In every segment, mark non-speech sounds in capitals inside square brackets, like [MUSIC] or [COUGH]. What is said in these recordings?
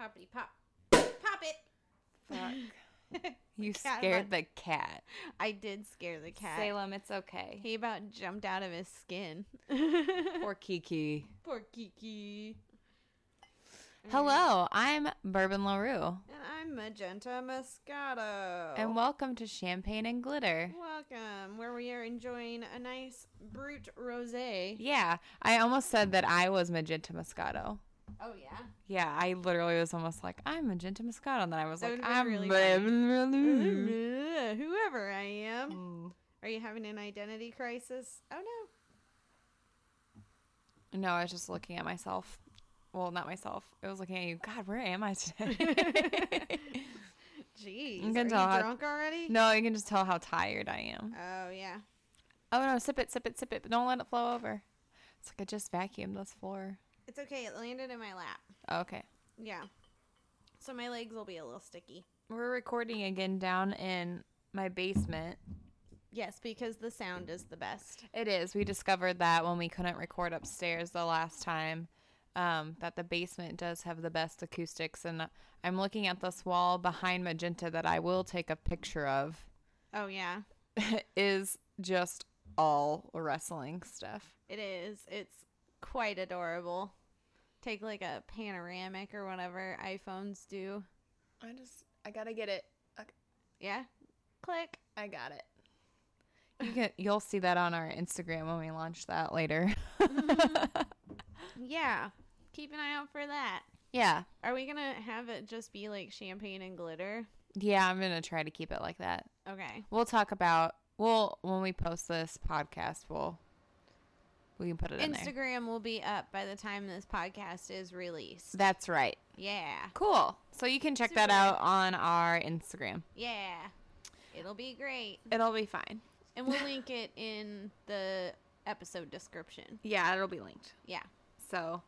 Poppity pop. Pop it. [LAUGHS] Fuck. you Cat went- scared the cat. I did scare the cat. Salem, it's okay. He [LAUGHS] about jumped out of his skin. [LAUGHS] Poor Kiki. Poor Kiki. Mm-hmm. Hello, I'm Bourbon LaRue. And I'm Magenta Moscato. And welcome to Champagne and Glitter. welcome, where we are enjoying a nice brut rosé. Yeah, I almost said that I was Magenta Moscato. Oh yeah. Yeah, I literally was almost like, I'm Magenta Moscato. And then I was That like, would've been I'm really Bourbon LaRue. Ugh, Whoever I am. Mm. Are you having an identity crisis? Oh no. Mm-hmm. No, I was just looking at myself. Well, not myself. I was looking at you. God, where am I today? [LAUGHS] [LAUGHS] Jeez. You can are you tell how- drunk already? no, you can just tell how tired I am. Oh yeah. Oh no, sip it, sip it, sip it, but don't let it flow over. It's like I just vacuumed this floor. Oh, It's okay. It landed in my lap. Okay. Yeah. So my legs will be a little sticky. We're recording again down in my basement. Yes, because the sound is the best. It is. We discovered that when we couldn't record upstairs the last time, um, that the basement does have the best acoustics. And I'm looking at this wall behind magenta that I will take a picture of. [LAUGHS] Oh yeah. is just all wrestling stuff. It is. It's quite adorable. Take like a panoramic or whatever iPhones do. I just I gotta get it. Yeah. Click. I got it. You can you'll see that on our Instagram when we launch that later. Mm-hmm. [LAUGHS] Yeah. Keep an eye out for that. yeah. Are we going to have it just be like champagne and glitter? Yeah, I'm gonna try to keep it like that. Okay. We'll talk about well when we post this podcast we'll we can put it in there. Instagram will be up by the time this podcast is released. That's right. Yeah. Cool. So you can check that Super. out on our Instagram. Yeah. It'll be great. It'll be fine. And we'll link it in the episode description. Yeah, it'll be linked. Yeah. So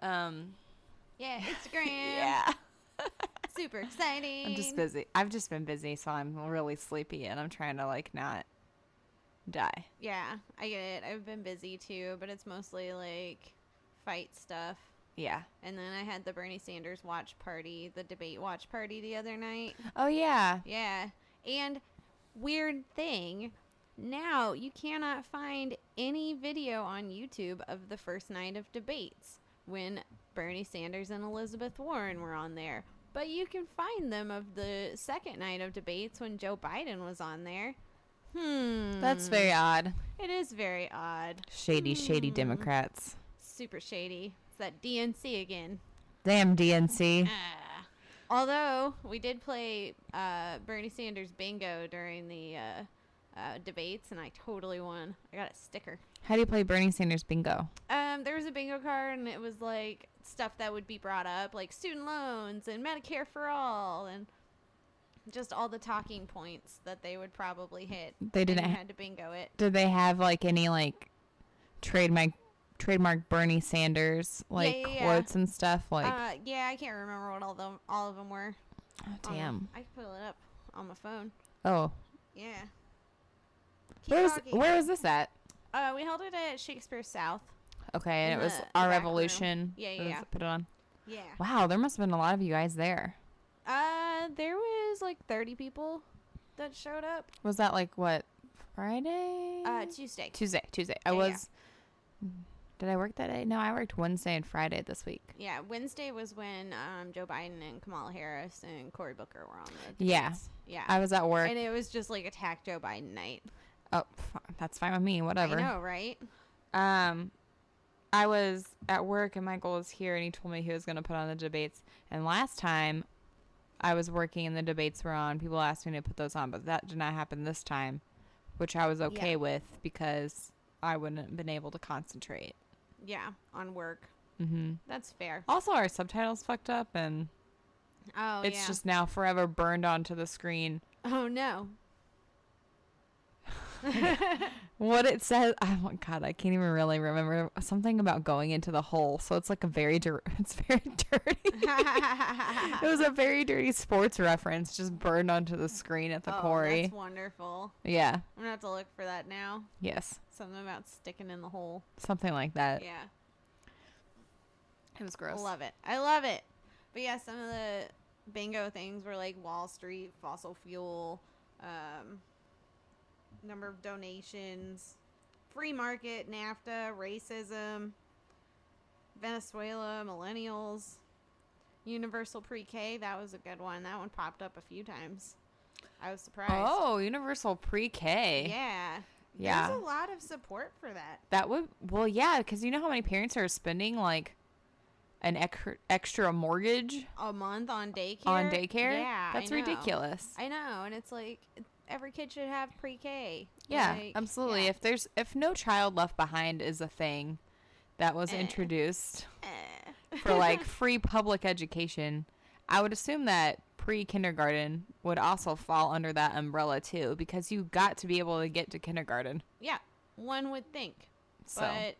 um Yeah, Instagram. [LAUGHS] Yeah. Super exciting. [LAUGHS] I'm just busy. I've just been busy, so I'm really sleepy and I'm trying to like not die. Yeah, I get it. I've been busy too, but it's mostly like fight stuff. Yeah. And then I had the Bernie Sanders watch party, the debate watch party the other [LAUGHS] night. Oh yeah. Yeah. And weird thing, now you cannot find any video on YouTube of the first night of debates when Bernie Sanders and Elizabeth Warren were on there. But you can find them of the second night of debates when Joe Biden was on there. Hmm. That's very odd. It is very odd. Shady, shady Mm. Democrats. Super shady. It's that DNC again. Damn DNC. Ah. Although we did play uh, Bernie Sanders bingo during the uh, uh, debates, and I totally won. I got a sticker. How do you play Bernie Sanders bingo? Um, there was a bingo card, and it was like stuff that would be brought up, like student loans and Medicare for all, and just all the talking points that they would probably hit. They didn't And you ha- had to bingo it. Did they have like any like trademark trademark Bernie Sanders like yeah, yeah. quotes and stuff? Like uh, yeah, I can't remember what all them all of them were. oh, on my- damn. I can pull it up on my phone. Oh. Yeah. Keep Where was talking. where was this at? Uh, we held it at Shakespeare South. Okay, and In it was the- the our back room. revolution. Yeah, It yeah, was- yeah. Put it on. Yeah. Wow, there must have been a lot of you guys there. Uh, there was like 30 people that showed up. Was that like what Friday? Uh, Tuesday. Tuesday, Tuesday. I Yeah, yeah. was. Did I work that day? No, I worked Wednesday and Friday this week. Yeah, Wednesday was when um, Joe Biden and Kamala Harris and Cory Booker were on the Yeah. debates. Yeah. I was at work. and it was just like attack Joe Biden night. oh, f- that's fine with me. Whatever. I know, right? Um, I was at work and Michael was here, and he told me he was going to put on the debates. And last time, I was working and the debates were on. People asked me to put those on, but that did not happen this time, which I was okay with because I wouldn't have been able to concentrate. Yeah, on work. hmm That's fair. Also, our subtitles fucked up, and Oh, it's yeah. just now forever burned onto the screen. [LAUGHS] oh, no. [LAUGHS] [LAUGHS] What it says, [LAUGHS] I oh God, I can't even really remember something about going into the hole. So it's like a very, dir- [LAUGHS] it's very dirty. it was a very dirty sports reference, just burned onto the screen at the oh, quarry. That's wonderful. Yeah. I'm going to have to look for that now. Yes. Something about sticking in the hole. Something like that. Yeah. It was gross. Love it. I love it. But yeah, some of the bingo things were like Wall Street, fossil fuel, um, number of donations, free market, NAFTA, racism, Venezuela, millennials, universal pre K. That was a good one. That one popped up a few times. I was surprised. Oh, universal pre-K. yeah. Yeah. There's a lot of support for that. That would well, yeah, because you know how many parents are spending like an ec- extra mortgage A month on daycare. on daycare. Yeah. I that's know. ridiculous. I know. And it's like every kid should have pre K. yeah, absolutely. If there's if no child left behind is a thing that was Eh. [LAUGHS] introduced for like free public education, I would assume that pre-kindergarten would also fall under that umbrella too because you got to be able to get to kindergarten. Yeah, one would think. So But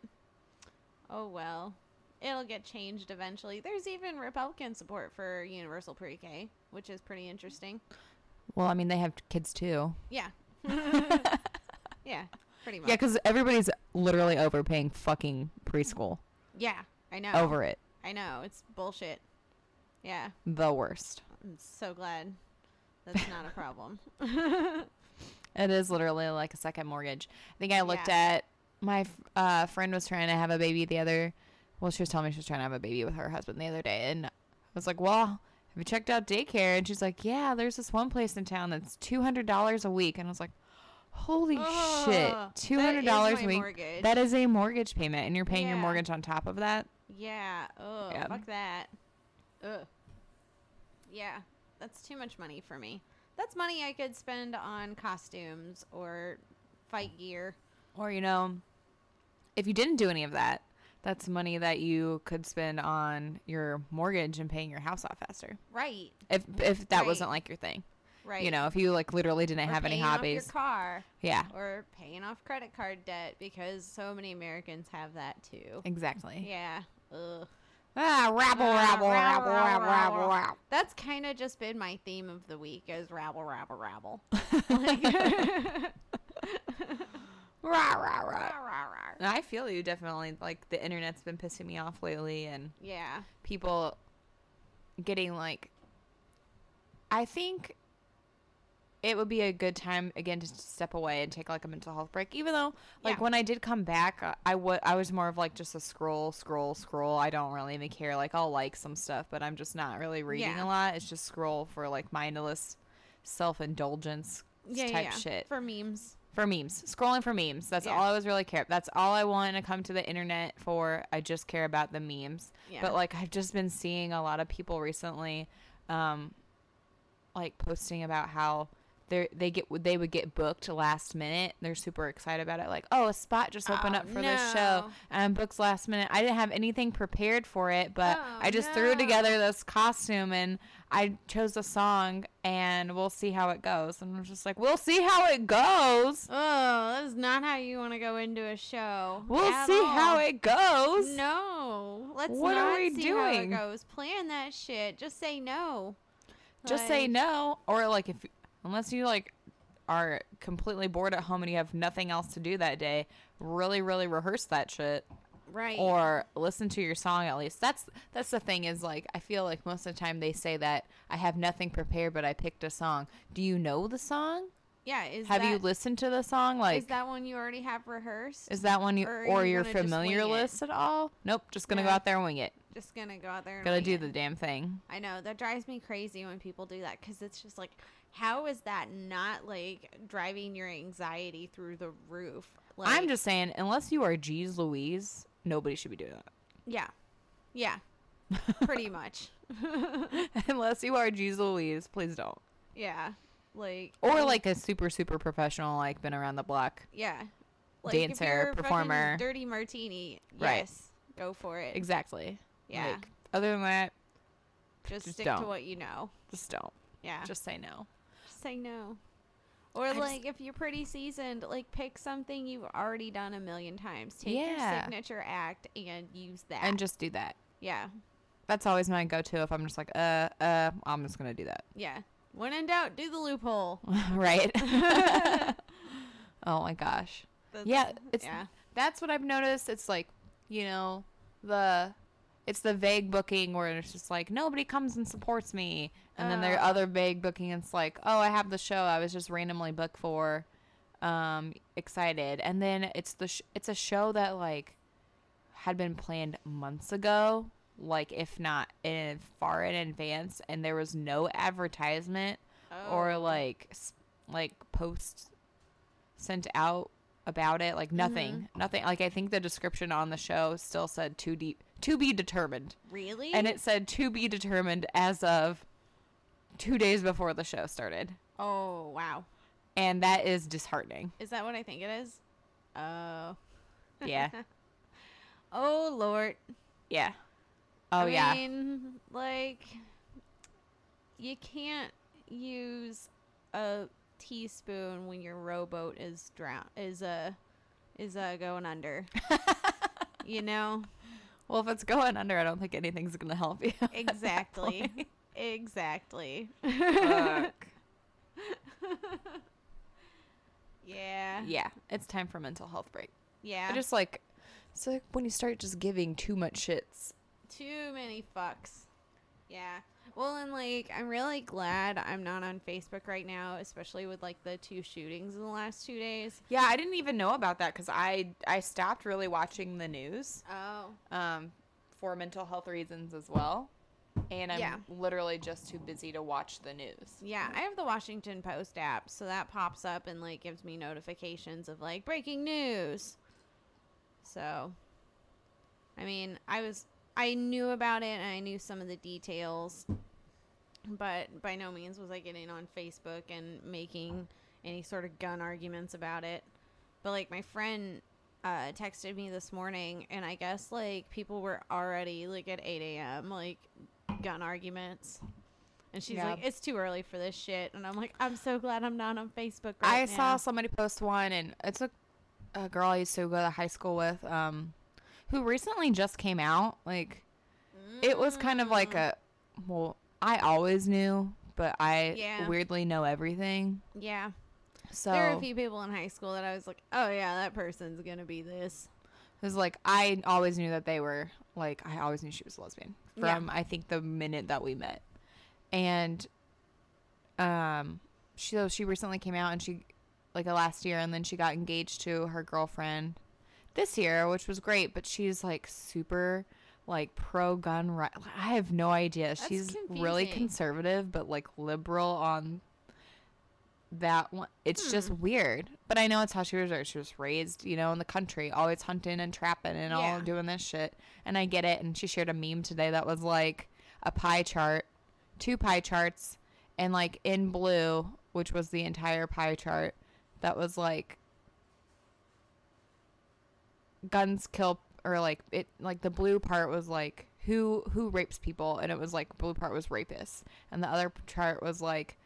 oh well. It'll get changed eventually. There's even Republican support for universal pre K, which is pretty interesting. well, I mean they have kids too. [LAUGHS] Yeah. yeah, pretty much. Yeah, because everybody's literally overpaying fucking preschool. Yeah, I know. Over it. I know. It's bullshit. Yeah, The worst. I'm so glad that's not a problem. It is literally like a second mortgage. I think I looked at my f- uh, friend was trying to have a baby the other. Well, she was telling me she was trying to have a baby with her husband the other day, and I was like, "Well, have you checked out daycare?" And she's like, "Yeah, there's this one place in town that's two hundred dollars a week," and I was like, "Holy shit, Ugh, that is two hundred dollars my a week." mortgage. That is a mortgage payment, and you're paying your Yeah. mortgage on top of that. Yeah. Oh, Yeah. fuck that. Ugh. Yeah, that's too much money for me. That's money I could spend on costumes or fight gear. Or, you know, if you didn't do any of that, that's money that you could spend on your mortgage and paying your house off faster. Right. If if that Right. wasn't like your thing. Right. You know, if you like literally didn't Or have any paying off hobbies. your car yeah. or paying off credit card debt because so many Americans have that too. Exactly. Yeah. Ugh. Ah, rabble, Ah, rabble, rabble, rabble, rabble, rabble, rabble, rabble. That's kind of just been my theme of the week is rabble, rabble, rabble. [LAUGHS] Like- [LAUGHS] Rah, rah, Rah, rah. rah, rah. And I feel you definitely like the internet's been pissing me off lately and Yeah. people getting like I think it would be a good time again to step away and take like a mental health break even though like Yeah. when I did come back uh, I wa I was more of like just a scroll scroll scroll I don't really even care like I'll like some stuff but I'm just not really reading Yeah. a lot it's just scroll for like mindless self-indulgence Yeah. type yeah. shit For memes. for memes scrolling for memes that's Yeah. all i was really care that's all i want to come to the internet for i just care about the memes Yeah. but like i've just been seeing a lot of people recently um like posting about how they they get they would get booked last minute they're super excited about it like oh a spot just opened Oh, up for this show no. and I'm booked last minute i didn't have anything prepared for it but Oh, i just threw no. together this costume and i chose a song and we'll see how it goes and i'm just like we'll see how it goes Oh, that's not how you want to go into a show. We'll at see how all. it goes. No, let's What not are we see how it doing? goes. Plan that shit. Just say no. Just say Like, no, or like if unless you like are completely bored at home and you have nothing else to do that day, really, really rehearse that shit, Right. or listen to your song at least. That's that's the thing is like I feel like most of the time they say that I have nothing prepared, but I picked a song. Do you know the song? yeah. Is have that, you listened to the song? Like. is that one you already have rehearsed? is that one you, or or, are you your gonna just familiar wing it? list at all? Nope, just gonna No. go out there and wing it. Just gonna go out there. And Gotta wing do it. the damn thing. I know that drives me crazy when people do that because it's just like, how is that not like driving your anxiety through the roof? Like, I'm just saying, unless you are Jeez Louise, nobody should be doing that. yeah, [LAUGHS] yeah, pretty much, [LAUGHS] unless you are Jeez Louise, please don't. yeah, like Or I'm- like a super, super professional, like been around the block. yeah, if dancer, you're a fucking performer. dirty martini, Right. yes, go for it. Exactly. yeah, Like, other than that, just, just stick to don't. what you know. just don't. Yeah, just, Just say no. say no. Or just- like if you're pretty seasoned, like pick something you've already done a million times. Take your Yeah. signature act and use that. And just do that. yeah. That's always my go to if I'm just like, uh, uh, I'm just going to do that. [LAUGHS] Yeah. When in doubt, do the loophole. right? [LAUGHS] oh my gosh. That's- yeah, it's yeah. that's what I've noticed. It's like, you know, the It's the vague booking where it's just like nobody comes and supports me, and then there are Oh. other vague booking. And it's like, oh, I have the show I was just randomly booked for, um, excited. And then it's the sh- it's a show that like had been planned months ago, like if not in far in advance, and there was no advertisement or Oh. like s- like posts sent out about it like nothing Mm-hmm. nothing like i think the description on the show still said to de- to be determined Really? and it said to be determined as of 2 days before the show started Oh wow. and that is [LAUGHS] disheartening Is that what I think it is? Oh. yeah [LAUGHS] Oh Lord. yeah oh I yeah mean, like you can't use a teaspoon when your rowboat is drown is uh, is uh, going [LAUGHS] under. you know? well if it's going under i don't think anything's going to help you [LAUGHS] Exactly. exactly. Fuck. yeah. yeah it's time for a mental health break Yeah. i just like it's like when you start just giving too much shits Too many fucks. Yeah. Well, and like, I'm really glad I'm not on Facebook right now, especially with like the two shootings in the last two days. Yeah, I didn't even know about that because I I stopped really watching the news Oh. um, for mental health reasons as well, and I'm Yeah. literally just too busy to watch the news. Yeah. I have the Washington Post app, so that pops up and like gives me notifications of like breaking news. So, I mean, I was, I knew about it and I knew some of the details, but by no means was I getting on Facebook and making any sort of gun arguments about it. But like my friend uh, texted me this morning, and I guess like people were already like at 8 a.m. like gun arguments. And she's Yeah. like, it's too early for this shit. And I'm like, I'm so glad I'm not on Facebook I right saw now." somebody post one, and it's a, a girl I used to go to high school with, um, who recently just came out. Like, it was kind of like a, well, I always knew, but I Yeah. weirdly know everything. Mm. Yeah. So There are a few people in high school that I was like, oh yeah, that person's gonna be this. It was like I always knew that they were like I always knew she was a lesbian Yeah. from I think the minute that we met, and um, she so she recently came out and she like uh, last year and then she got engaged to her girlfriend this year, which was great. But she's like super like pro gun right. I have no idea. she's really confusing. conservative but like liberal on that one it's just weird but i know it's how she was raised she was raised you know in the country always hunting and trapping and all Yeah. doing this shit and i get it and she shared a meme today that was like a pie chart two pie charts and like in blue which was the entire pie chart that was like guns kill or like it like the blue part was like who who rapes people and it was like blue part was rapists and the other chart was like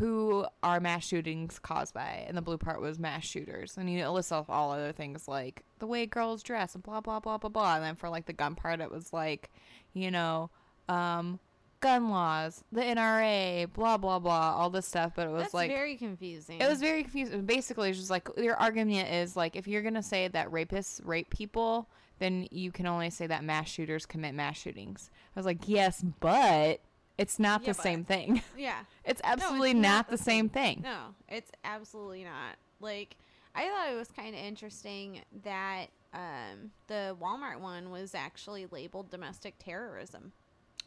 who are mass shootings caused by and the blue part was mass shooters and you know, it lists off all other things like the way girls dress and blah blah blah blah blah and then for like the gun part it was like you know um gun laws the nra blah blah blah all this stuff but it was That's like very confusing. it was very confusing. Basically, it's just like your argument is like if you're gonna say that rapists rape people, then you can only say that mass shooters commit mass shootings. I was like, yes, but it's not Yeah, the but- same thing. [LAUGHS] yeah. It's absolutely not not, the the same thing. No, it's absolutely not. Like I thought it was kind of interesting that um, the Walmart one was actually labeled domestic terrorism.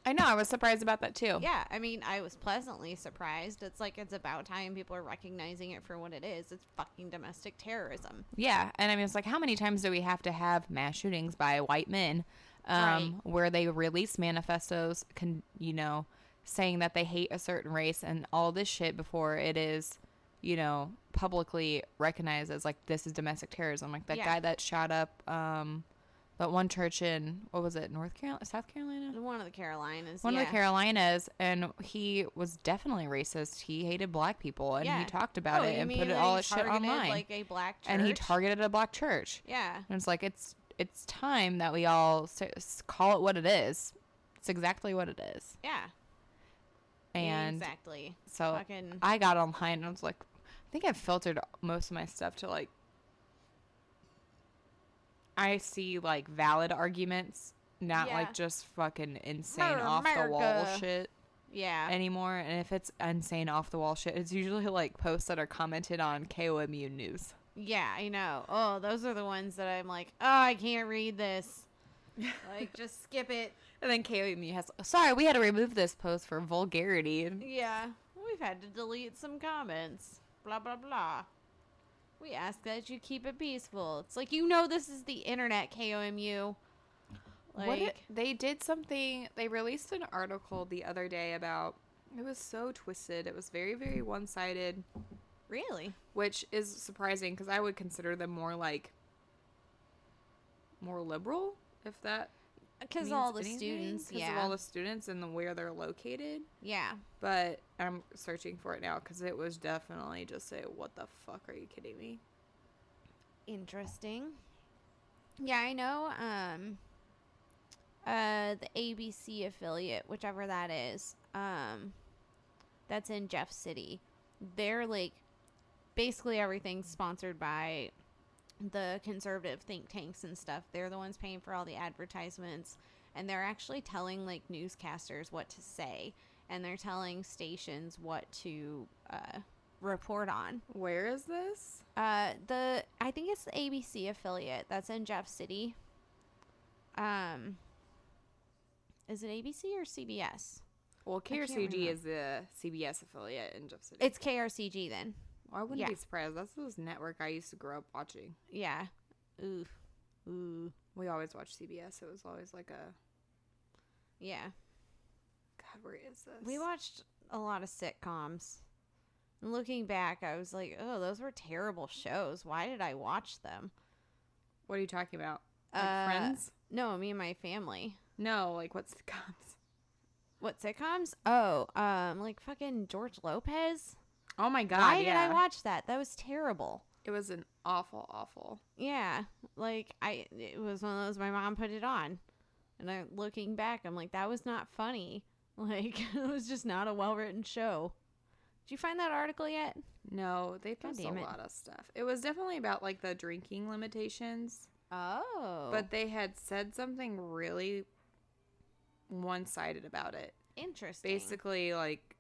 I know. I was surprised about that too. Yeah, I mean, I was pleasantly surprised. It's like it's about time people are recognizing it for what it is. It's fucking domestic terrorism. Yeah, and I mean, it's like, how many times do we have to have mass shootings by white men, um, where they release manifestos, con- you know, saying that they hate a certain race and all this shit before it is, you know, publicly recognized as like this is domestic terrorism. Like that Yeah. guy that shot up um, that one church in what was it, North Carolina, South Carolina, One of the Carolinas. one yeah. of the Carolinas, and he was definitely racist. He hated black people, and Yeah. he talked about Oh, it you and mean put it that all he his shit targeted, online, Like a black church. and he targeted a black church. Yeah. And it's like it's it's time that we all sa- s- call it what it is. It's exactly what it is. Yeah. And Oh. exactly. so Fucking. I got online and I was like, I think I've filtered most of my stuff to like I see like valid arguments not Yeah. like just fucking insane Murder, off the wall America. shit Yeah. anymore. And if it's insane off the wall shit, it's usually like posts that are commented on KOMU news. yeah, I know. Oh, those are the ones that I'm like, oh, I can't read this. [LAUGHS] like, just skip it. And then KOMU has, sorry, we had to remove this post for vulgarity. And Yeah, we've had to delete some comments. Blah, blah, blah. We ask that you keep it peaceful. It's like, you know, this is the internet, KOMU. Like, what it- they did something, they released an article the other day about, it was so twisted. It was very, very one sided. really? which is surprising because I would consider them more like more liberal, if that Because means all the anything, students, 'cause yeah. of all the students and the, where they're located. yeah. But I'm searching for it now because it was definitely just a what the fuck are you kidding me? Interesting. Yeah, I know. Um, uh, the ABC affiliate, whichever that is, um, that's in Jeff City. They're like basically everything's sponsored by the conservative think tanks and stuff. They're the ones paying for all the advertisements, and they're actually telling like newscasters what to say, and they're telling stations what to uh, report on. Where is this? Uh, the I think it's the ABC affiliate that's in Jeff City. Um, is it ABC or CBS? Well, can't KRCG remember. is the CBS affiliate in Jeff City. It's KRCG then. I wouldn't yeah. be surprised. That's this network I used to grow up watching. Yeah. Oof. Ooh. We always watched CBS. It was always like a Yeah. God. Where is this? We watched a lot of sitcoms. And Looking back, I was like, "Oh, those were terrible shows. Why did I watch them?" What are you talking about? Like Uh, friends? No, me and my family. No, like what's the comes? [LAUGHS] What sitcoms? Oh, um, like fucking George Lopez. Oh my god! Why yeah. did I watch that? That was terrible. It was an awful, awful. Yeah, like I, it was one of those. My mom put it on, and I, looking back, I'm like, that was not funny. [LAUGHS] Like it was just not a well written show. Did you find that article yet? No, they God post a damn it. lot of stuff. It was definitely about like the drinking limitations, Oh, but they had said something really one-sided about it. interesting. Basically, like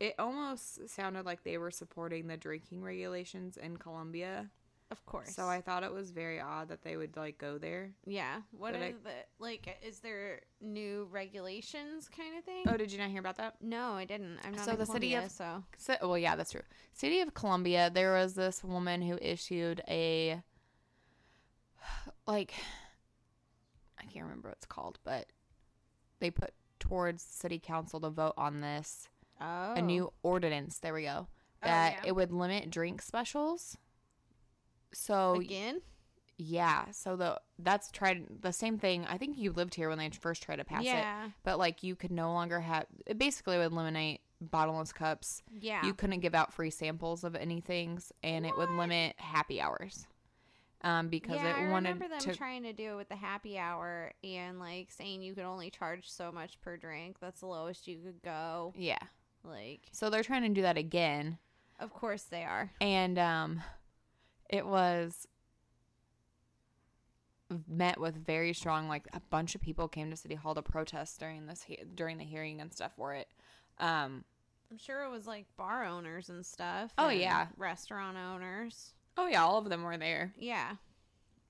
it almost sounded like they were supporting the drinking regulations in Colombia. of course. So I thought it was very odd that they would like go there. yeah. What But are I- the like? Is there new regulations kind of thing? Oh, did you not hear about that? no, I didn't. I'm not So in the city Columbia, of- so So, well, yeah, that's true. City of Columbia, there was this woman who issued a, [SIGHS] like, [SIGHS] I can't remember what it's called, but they put towards city council to vote on this oh a new ordinance. There we Oh, go. That yeah. it would limit drink specials. So again. yeah, so the that's tried the same thing. I think you lived here when they first tried to pass it, Yeah, but like you could no longer have. It basically would eliminate bottomless cups yeah. you couldn't give out free samples of anything's and it would limit happy hours um, because yeah, it I wanted remember them to trying to do it with the happy hour and like saying you could only charge so much per drink. That's the lowest you could go. yeah Like, so they're trying to do that again of course they are. and um, it was met with very strong like a bunch of people came to city hall to protest during this he- during the hearing and stuff for it um, I'm sure it was like bar owners and stuff. Oh, and yeah. restaurant owners. oh yeah all of them were there Yeah,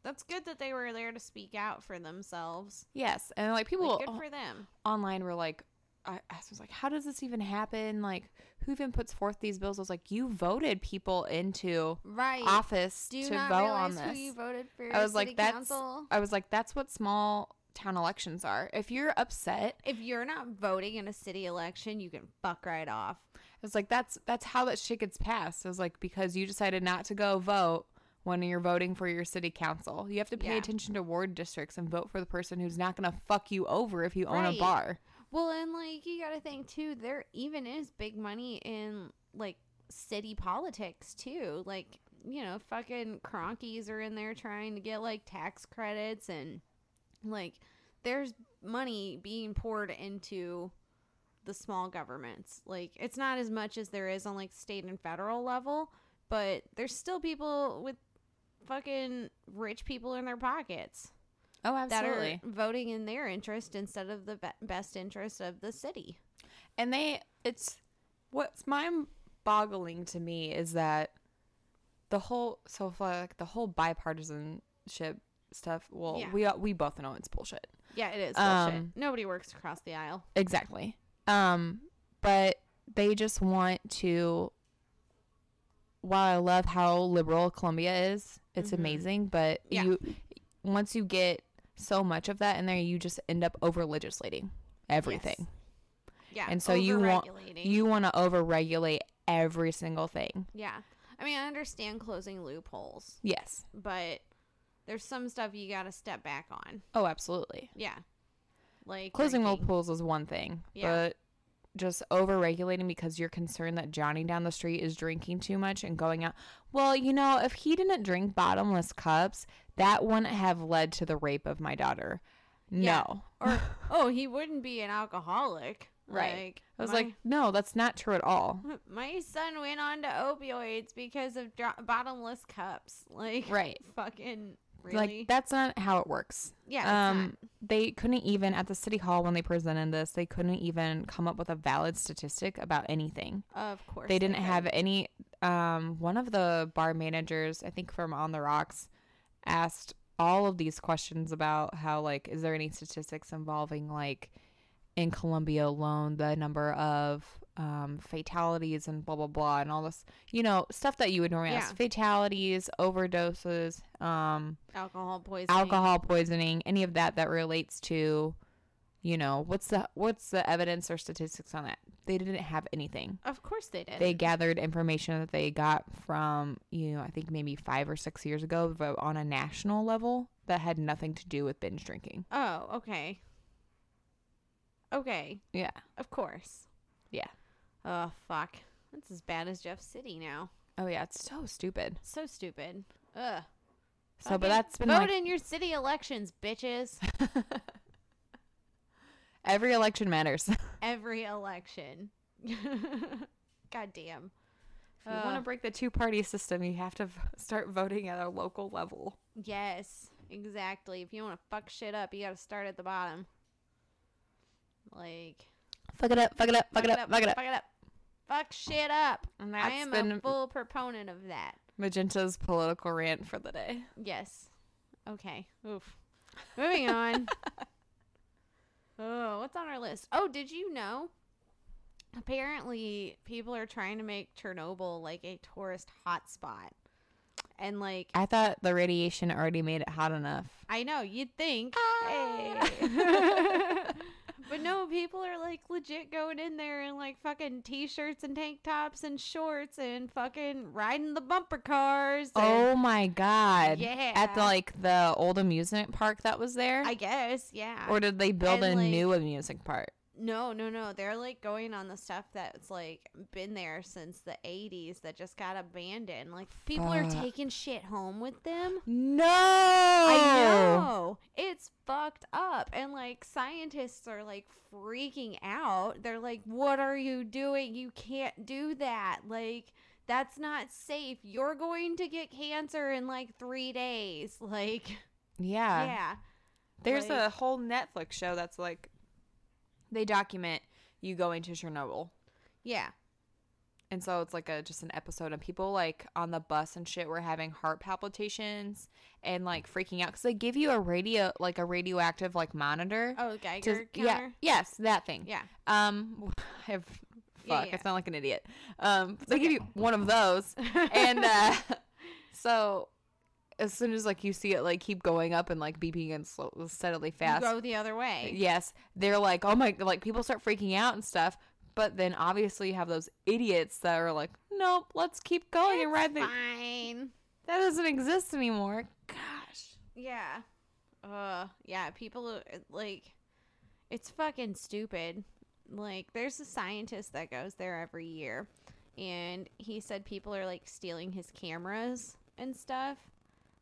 that's good that they were there to speak out for themselves. yes and like people Like, good for them. online were like, I, I was like, how does this even happen? Like, who even puts forth these bills? I was like, you voted people into Right. office Do you to not vote on realize this. who you voted for? I was city like, that's. council? I was like, that's what small town elections are. If you're upset, If you're not voting in a city election, you can fuck right off. I was like, that's that's how that shit gets passed. I was like, because you decided not to go vote when you're voting for your city council. You have to pay Yeah. attention to ward districts and vote for the person who's not gonna fuck you over if you own Right. a bar. Well, and like you got to think too, there even is big money in like city politics too. Like, you know, fucking cronkies are in there trying to get like tax credits and like there's money being poured into the small governments. Like, it's not as much as there is on like state and federal level, but there's still people with fucking rich people in their pockets. Oh, that absolutely. are voting in their interest instead of the be- best interest of the city. And they, it's what's mind boggling to me is that the whole, so for, like the whole bipartisanship stuff, well, Yeah. we, we both know it's bullshit. Yeah, it is bullshit. Um, Nobody works across the aisle. Exactly. Um, but they just want to. While I love how liberal Colombia is, it's Mhm. amazing. But Yeah. you, once you get so much of that in there, you just end up over legislating everything. Yeah, And so you want- overregulating. You want to over regulate every single thing. yeah. I mean, I understand closing loopholes, Yes. but there's some stuff you got to step back on. Oh, absolutely. Yeah, like Closing drinking. loopholes is one thing, Yeah. but just over regulating because you're concerned that Johnny down the street is drinking too much and going out. Well, you know, if he didn't drink bottomless cups, that wouldn't have led to the rape of my daughter. Yeah. No. Or oh, he wouldn't be an alcoholic. Right. Like, I was my- like, no, that's not true at all. [LAUGHS] my son went on to opioids because of dro- bottomless cups. Like, Right. [LAUGHS] Fucking really? Like that's not how it works. yeah. it's um they couldn't even at the city hall when they presented this, they couldn't even come up with a valid statistic about anything. not. of course they didn't have could. any um one of the bar managers i think from on the rocks asked all of these questions about how like is there any statistics involving like in colombia alone the number of um fatalities and blah blah blah and all this you know stuff that you would normally ask fatalities overdoses um alcohol poisoning. alcohol poisoning any of that that relates to you know what's the what's the evidence or statistics on that they didn't have anything Of course they did. they gathered information that they got from you know i think maybe five or six years ago but on a national level that had nothing to do with binge drinking Oh, okay. Okay. yeah Of course. Yeah. Oh fuck. That's as bad as Jeff City now. oh yeah it's so stupid So stupid. Ugh. so Fucking but that's been vote like in your city elections, [LAUGHS] bitches. every election matters [LAUGHS] if Every election. [LAUGHS] God damn. you want Uh, to break the two party system you have to v- start voting at a local level Yes, exactly. If you want to fuck shit up, you got to start at the bottom. Like fuck it up fuck it up fuck, it up, fuck it up fuck it up, fuck shit up. and that's I am been a full proponent of that. magenta's political rant for the day Yes. Okay. Oof. Moving [LAUGHS] on. Oh, what's on our list? Oh, did you know? Apparently, people are trying to make Chernobyl like a tourist hotspot. And like, i thought the radiation already made it hot enough I know, you'd think. Ah. Hey. [LAUGHS] but no, people are like legit going in there in like fucking t shirts and tank tops and shorts and fucking riding the bumper cars. and- Oh my god. At the Yeah. like the old amusement park that was there? I guess, yeah. or did they build and, a like- new amusement park? No, no, no. They're like going on the stuff that's like been there since the 80s that just got abandoned. Like people are Fuck. taking shit home with them. No. Oh. I know. It's fucked up. And like scientists are like freaking out. They're like, what are you doing? You can't do that. Like, that's not safe. You're going to get cancer in like three days. [LAUGHS] Like, Yeah. yeah. There's like- a whole Netflix show that's like they document you going to Chernobyl. Yeah. And so it's like a just an episode and people like on the bus and shit were having heart palpitations and like freaking out cuz they give you a radio like a radioactive like monitor. Oh, Geiger to, yeah. counter? Yes, that thing. Yeah. Um, [SIGHS] I have Yeah, fuck. yeah. I sound like an idiot. Um, they give you one of those, and uh, [LAUGHS] so as soon as like you see it like keep going up and like beeping and slow, [LAUGHS] steadily You fast. go the other way. Yes, they're like, oh my, like people start freaking out and stuff. But then obviously you have those idiots that are like, nope, let's keep going and ride the Fine. that doesn't exist anymore. Gosh. Yeah. Uh yeah, people uh, like it's fucking stupid. Like there's a scientist that goes there every year and he said people are like stealing his cameras and stuff.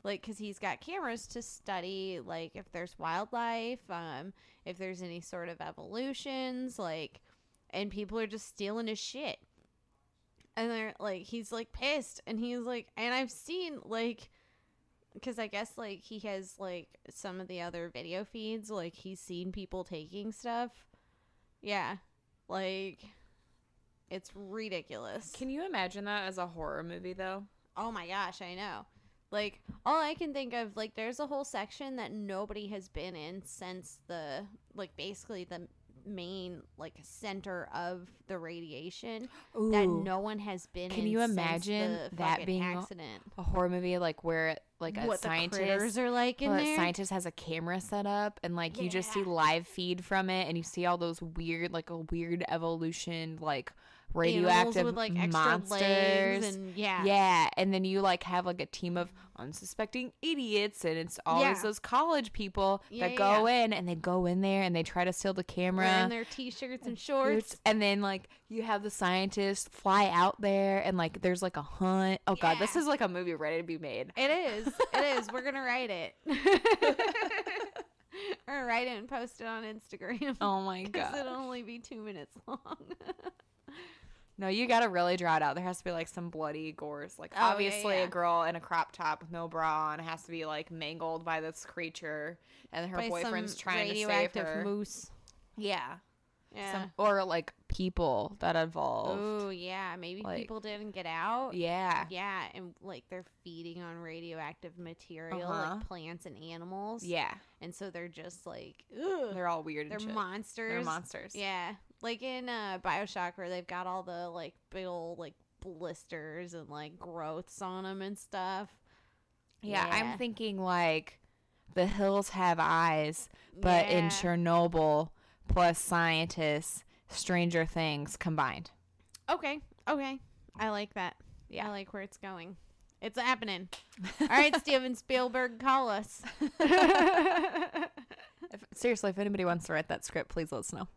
Like cuz he's got cameras to study like if there's wildlife, um if there's any sort of evolutions like and people are just stealing his shit. And they're like he's like pissed and he's like and I've seen like because I guess like he has like some of the other video feeds, like he's seen people taking stuff. Yeah, like it's ridiculous. Can you imagine that as a horror movie though? oh my gosh, I know. Like all I can think of, like there's a whole section that nobody has been in since the like basically the main like center of the radiation that no one has been. Can in you since imagine the that fucking being a- accident? a horror movie like where like a what the critters scientist are like in well, a there? scientist has a camera set up and like you just see Yeah. live feed from it and you see all those weird like a weird evolution like Animals radioactive with like extra monsters legs and yeah, yeah and then you like have like a team of unsuspecting idiots and it's always Yeah. those college people Yeah, that yeah, go in and they go in there and they try to steal the camera wearing their t-shirts and shorts. It's- And then like you have the scientists fly out there and like there's like a hunt. Oh god, this Yeah. is like a movie ready to be made. It is. It [LAUGHS] is. We're gonna write [LAUGHS] it. or write it and post it on [LAUGHS] Instagram. [LAUGHS] Oh my Because god. it'll only be two minutes [LAUGHS] long. No, you gotta really draw it out. There has to be like some bloody gores. Like Oh, yeah, obviously yeah. a girl in a crop top with no bra on has to be like mangled by this creature and her By boyfriend's some trying to save radioactive her. moose. yeah. Yeah. Some, or like people that involved. Oh yeah. Maybe like- people didn't get out. Yeah. Yeah, and like they're feeding on radioactive material, Uh-huh. like plants and animals. Yeah. and so they're just like, ugh, They're all weird they're and shit. monsters. They're monsters. Yeah, like in uh, Bioshock, where they've got all the like big old like blisters and like growths on them and stuff. Yeah, Yeah. I'm thinking like the hills have eyes, but in Yeah. Chernobyl plus scientists, Stranger Things combined. Okay. Okay. I like that. Yeah. I like where it's going. It's [LAUGHS] happening. All right, Steven Spielberg, call us. yeah. If, seriously, if anybody wants to write that script, please let us know.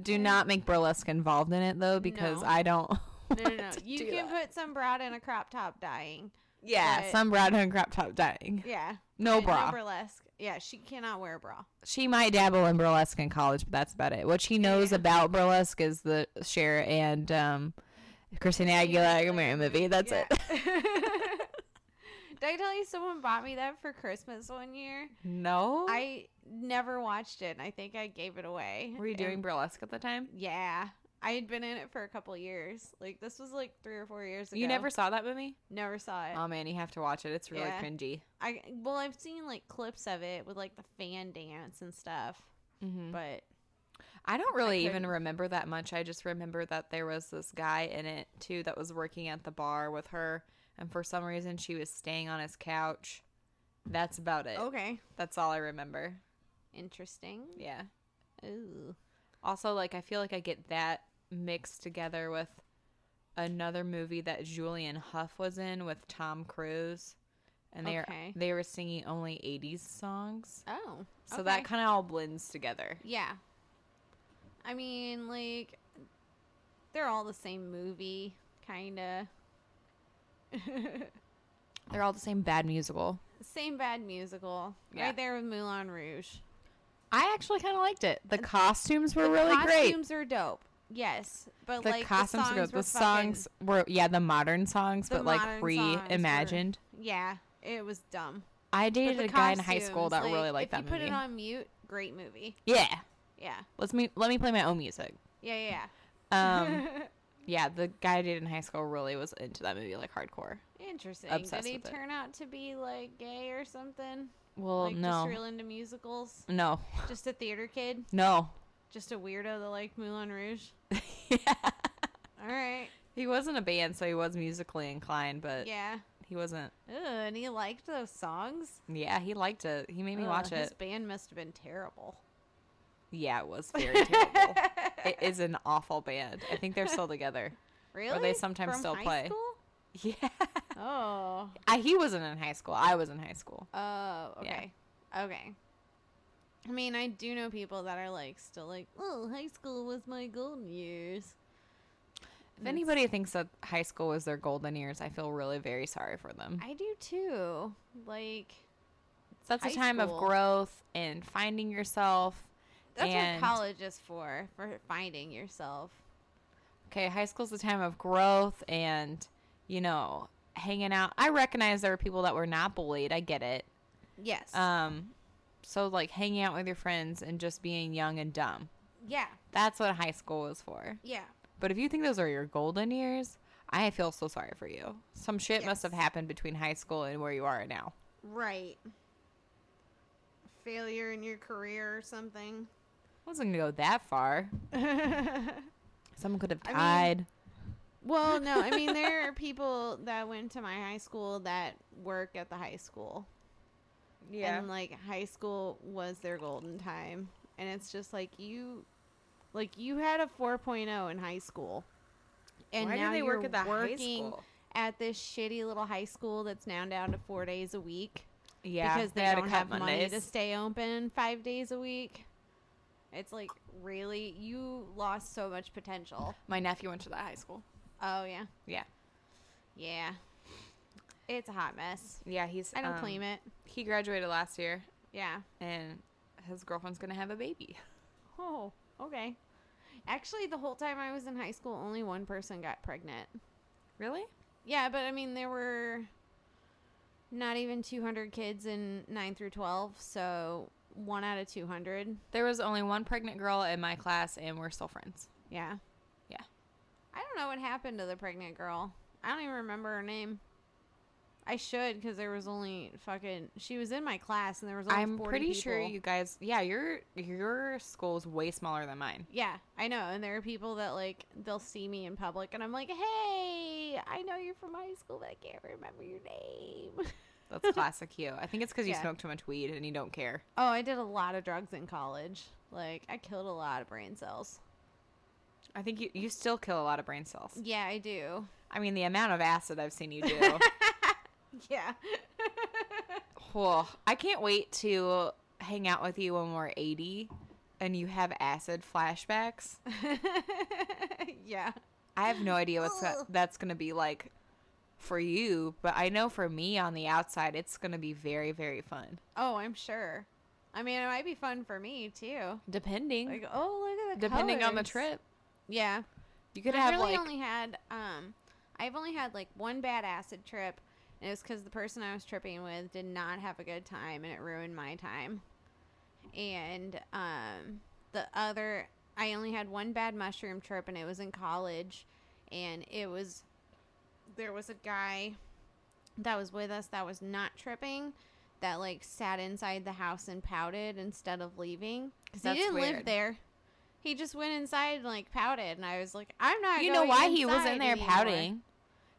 Do not make burlesque involved in it though, because No. I don't. [LAUGHS] No, no, want no. to You do can that. put some broad in a crop top [LAUGHS] dying. yeah, but- some broad and crop top dying. Yeah. No And bra. burlesque. Yeah, she cannot wear a bra. She might dabble in burlesque in college, but that's about it. What she knows yeah. about burlesque is the Cher and um, Christina Aguilera movie. That's Yeah. it. [LAUGHS] [LAUGHS] Did I tell you someone bought me that for Christmas one year? No. I never watched it, and I think I gave it away. Were you And- doing burlesque at the time? Yeah. I had been in it for a couple years. Like this was like three or four years ago. You never saw that movie? never saw it. Oh man, you have to watch it. It's really Yeah. cringy. I well, I've seen like clips of it with like the fan dance and stuff, Mm-hmm. but I don't really even couldn't. remember that much. I just remember that there was this guy in it too that was working at the bar with her, and for some reason she was staying on his couch. That's about it. okay, That's all I remember. interesting. Yeah. Ooh, Also, like I feel like I get that mixed together with another movie that Julian Huff was in with Tom Cruise, and they Okay. were, they were singing only '80s songs. oh, So that okay. kind of all blends together. yeah. I mean, like they're all the same movie, kind of. They're all the same bad musical. [LAUGHS] Same bad musical, Yeah. right there with Moulin Rouge. I actually kind of liked it. The costumes were The really great. costumes are dope. Yes, but The like costumes the were songs good. The were fucking- songs were yeah, the modern songs, The but like modern songs were- reimagined. yeah, it was dumb. I But dated the a guy in high school costumes, that really if liked that you put movie. it on mute, great movie. yeah, Yeah, let's me let me play my own music. yeah, yeah. yeah. Um, [LAUGHS] yeah, the guy I dated in high school really was into that movie like hardcore. Interesting. obsessed Did he with it. turn out to be like gay or something? Well, like no, just real into [LAUGHS] musicals? no, Just a theater kid? no. Just a weirdo that liked Moulin Rouge? [LAUGHS] All right. He wasn't a band, so he was musically inclined, but Yeah. he wasn't. Ugh, and he liked those songs? Yeah, he liked it. He made me Ugh, watch His it. band must have been terrible. Yeah, it was very [LAUGHS] terrible. it is an awful band. I think they're still together. Really? sometimes From still high play. [LAUGHS] School? Yeah. Oh. I, he wasn't in high school. I was in high school. Oh, Yeah. okay. Okay. I mean, I do know people that are like still like, oh, high school was my golden years. If anybody thinks that high school was their golden years, I feel really very sorry for them. I do too. Like, That's a high time school. of growth and finding yourself. that's and, what college is for, for finding yourself. Okay, high school's a time of growth and, you know, hanging out. I recognize there were people that were not bullied. I get it. Yes. Um, so like hanging out with your friends and just being young and dumb. yeah. That's what high school was for. Yeah. But if you think those are your golden years, I feel so sorry for you. Some shit must have Yes. happened between high school and where you are now. Right. Failure in your career or something. wasn't gonna go that far. Someone could have I mean- died. [LAUGHS] well, no, I mean there are people that went to my high school that work at the high school. And like high school was their golden time. And it's just like you like you had a 4.0 in high school. And now you're working at this shitty little high school that's now down to 4 days a week Yeah, because they, had to don't cut have money to Mondays. stay open 5 days a week. It's like really you lost so much potential. My nephew went to that high school. Oh yeah. Yeah, Yeah. It's a hot mess. yeah. He's. um, I don't claim it. He graduated last year, Yeah. and his girlfriend's gonna have a baby. Oh, okay. Actually, the whole time I was in high school, only one person got pregnant. [LAUGHS] Really? Yeah, but I mean, there were not even 200 kids in 9 through 12, so one out of 200. There was only one pregnant girl in my class, and we're still friends. Yeah. Yeah. I don't know what happened to the pregnant girl. I don't even remember her name. I should, because there was only fucking. She was in my class, and there was only I'm 40 pretty people. sure you guys. Yeah, your your school's way smaller than mine. Yeah, I know. And there are people that like they'll see me in public and I'm like, "Hey, I know you're from high school, but I can't remember your name." [LAUGHS] [LAUGHS] That's classic you. I think it's because Yeah. you smoke too much weed and you don't care. Oh, I did a lot of drugs in college. Like, I killed a lot of brain cells. I think you, you still kill a lot of brain cells. Yeah, I do. [LAUGHS] I mean, the amount of acid I've seen you [LAUGHS] do. Yeah. [LAUGHS] Well, I can't wait to hang out with you when we're 80 and you have acid flashbacks. yeah. I have no idea what's Ugh. [LAUGHS] that, that's going to be like for you, but I know for me on the outside, it's going to be very, very fun. Oh, I'm sure. I mean, it might be fun for me too. Depending. Like, oh, look at the depending on the colors. trip. Yeah. You could I've have really like. only had um, I've only had like one bad acid trip, and it was because the person I was tripping with did not have a good time, and it ruined my time. And um, the other, I only had one bad mushroom trip, and it was in college, and it was there was a guy that was with us that was not tripping. That like sat inside the house and pouted instead of leaving because he That's didn't live weird. there. He just went inside and like pouted, and I was like, "I'm not." you know going why he was inside in there anymore." pouting?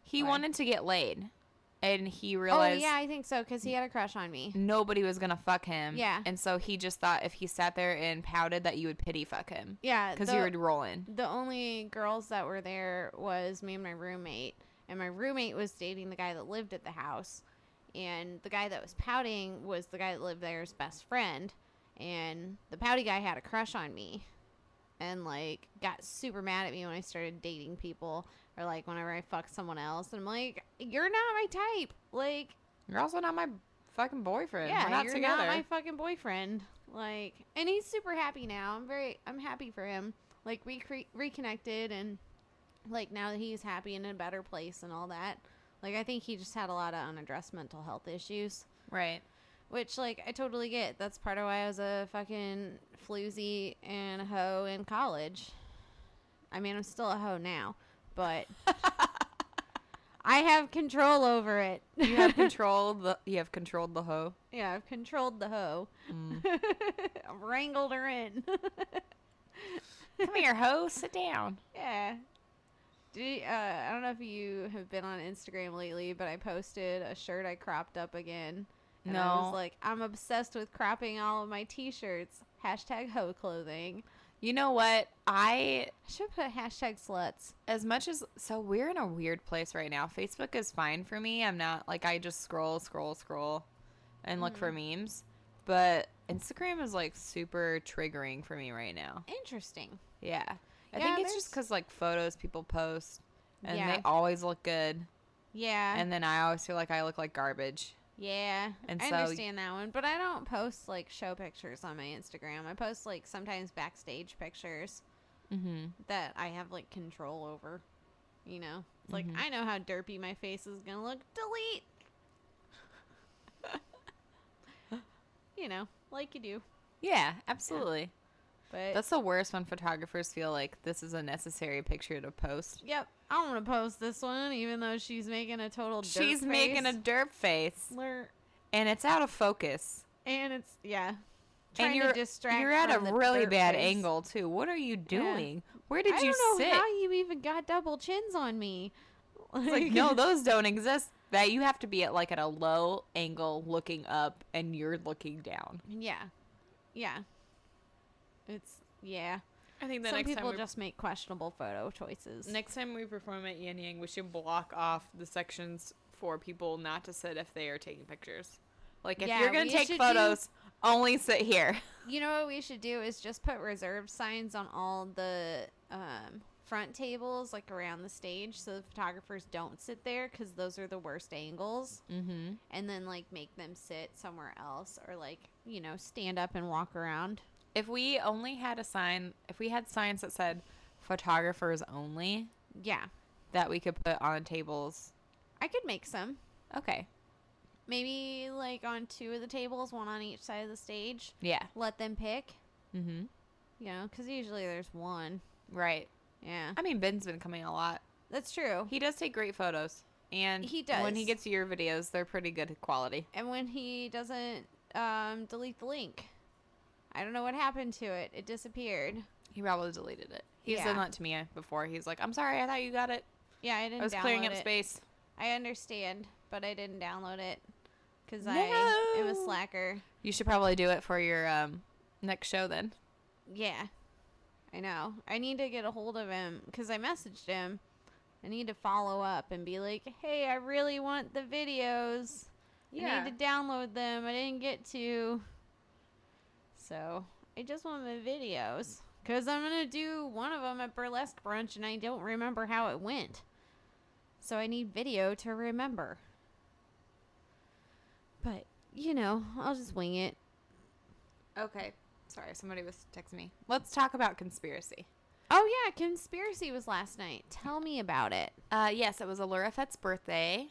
He Why? wanted to get laid and he Oh realized. yeah, I think so because he had a crush on me. Nobody was gonna fuck him. Yeah. And so he just thought if he sat there and pouted that you would pity fuck him. Yeah, Because Uh, the, you were rolling. the only girls that were there was me and my roommate, and my roommate was dating the guy that lived at the house, and the guy that was pouting was the guy that lived there's best friend, and the pouty guy had a crush on me, and like got super mad at me when I started dating people or like whenever I fucked someone else, and I'm like, "You're not my type," like. You're also not my fucking boyfriend. Yeah, We're not you're together. not my fucking boyfriend. Like, and he's super happy now. I'm very, I'm happy for him. Like, we cre- reconnected, and like now that he's happy and in a better place and all that. Like, I think he just had a lot of unaddressed mental health issues, [LAUGHS] right. which like I totally get. That's part of why I was a fucking floozy and a hoe in college. I mean, I'm still a hoe now, [LAUGHS] but I have control over it. You have controlled the you have controlled the hoe. [LAUGHS] Mm. Yeah, I've controlled the hoe. I've [LAUGHS] wrangled her in. [LAUGHS] Come here, hoe, sit down. yeah. Did you, uh, I don't know if you have been on Instagram lately, but I posted a shirt I cropped up again. And I was No. like, I'm obsessed with cropping all of my t-shirts. Hashtag hoe clothing. You know what? I I should put hashtag sluts. as much as so we're in a weird place right now. Facebook is fine for me. I'm not like I just scroll, scroll, scroll and look for Mm-hmm. memes. But Instagram is like super triggering for me right now. Interesting. Yeah. I Yeah, think it's just there's- cuz like photos people post and Yeah. they always look good Yeah. and then I always feel like I look like garbage. Yeah, And I so- understand that one, but I don't post like show pictures on my Instagram. I post like Mm-hmm. sometimes backstage pictures that I have like control over. You know, it's like Mhm. I know how derpy my face is gonna look. Delete. [LAUGHS] you know, like you do, Yeah, absolutely. but That's the worst when photographers feel like this is a necessary picture to post. yep. I want to post this one, even though she's making a total. Derp She's making a face. derp face, Lur- and it's out of focus. and it's yeah. Trying and you're to distract. you're at a from the really derp bad face. angle too. What are you doing? Where did I you don't know sit? how you even got double chins on me. It's [LAUGHS] like [LAUGHS] no, those don't exist. That you have to be at like at a low angle, looking up, and you're looking down. Yeah. Yeah. It's yeah. I think the Some next people time we, just make questionable photo choices. next time we perform at Yan Yang, we should block off the sections for people not to sit if they are taking pictures. Like if Yeah, you're we gonna take should do- photos, only sit here. you know what we should do is just put reserve signs on all the um, front tables, like around the stage, so the photographers don't sit there because those are the worst angles. Mm-hmm. And then like make them sit somewhere else, or like you know stand up and walk around. If we only had a sign, if we had signs that said "photographers only," Yeah, that we could put on tables. I could make some. Okay. Maybe like on two of the tables, one on each side of the stage. Yeah. Let them pick. Mm-hmm. You know, because usually there's one. Right. Yeah, I mean, Ben's been coming a lot. that's true. He does take great photos, and He When he does. gets your videos, they're pretty good quality. and when he doesn't um, delete the link, I don't know what happened to it. It disappeared. He probably deleted it. He's Yeah. done that to me before. He's like, "I'm sorry, I thought you got it. Yeah, I didn't. I was download clearing up it. space." I understand, but I didn't download it because I am a No. slacker. You should probably do it for your um, next show then. Yeah, I know. I need to get a hold of him because I messaged him. I need to follow up and be like, "Hey, I really want the videos. I need to download them. I didn't get to. So I just want my videos because I'm gonna do one of them at burlesque brunch, and I don't remember how it went. So I need video to remember. But you know, I'll just wing it. Okay. Sorry, somebody was texting me. Let's talk about conspiracy. Oh yeah, conspiracy was last night. Tell me about it. Uh, yes, it was Allura Fett's birthday,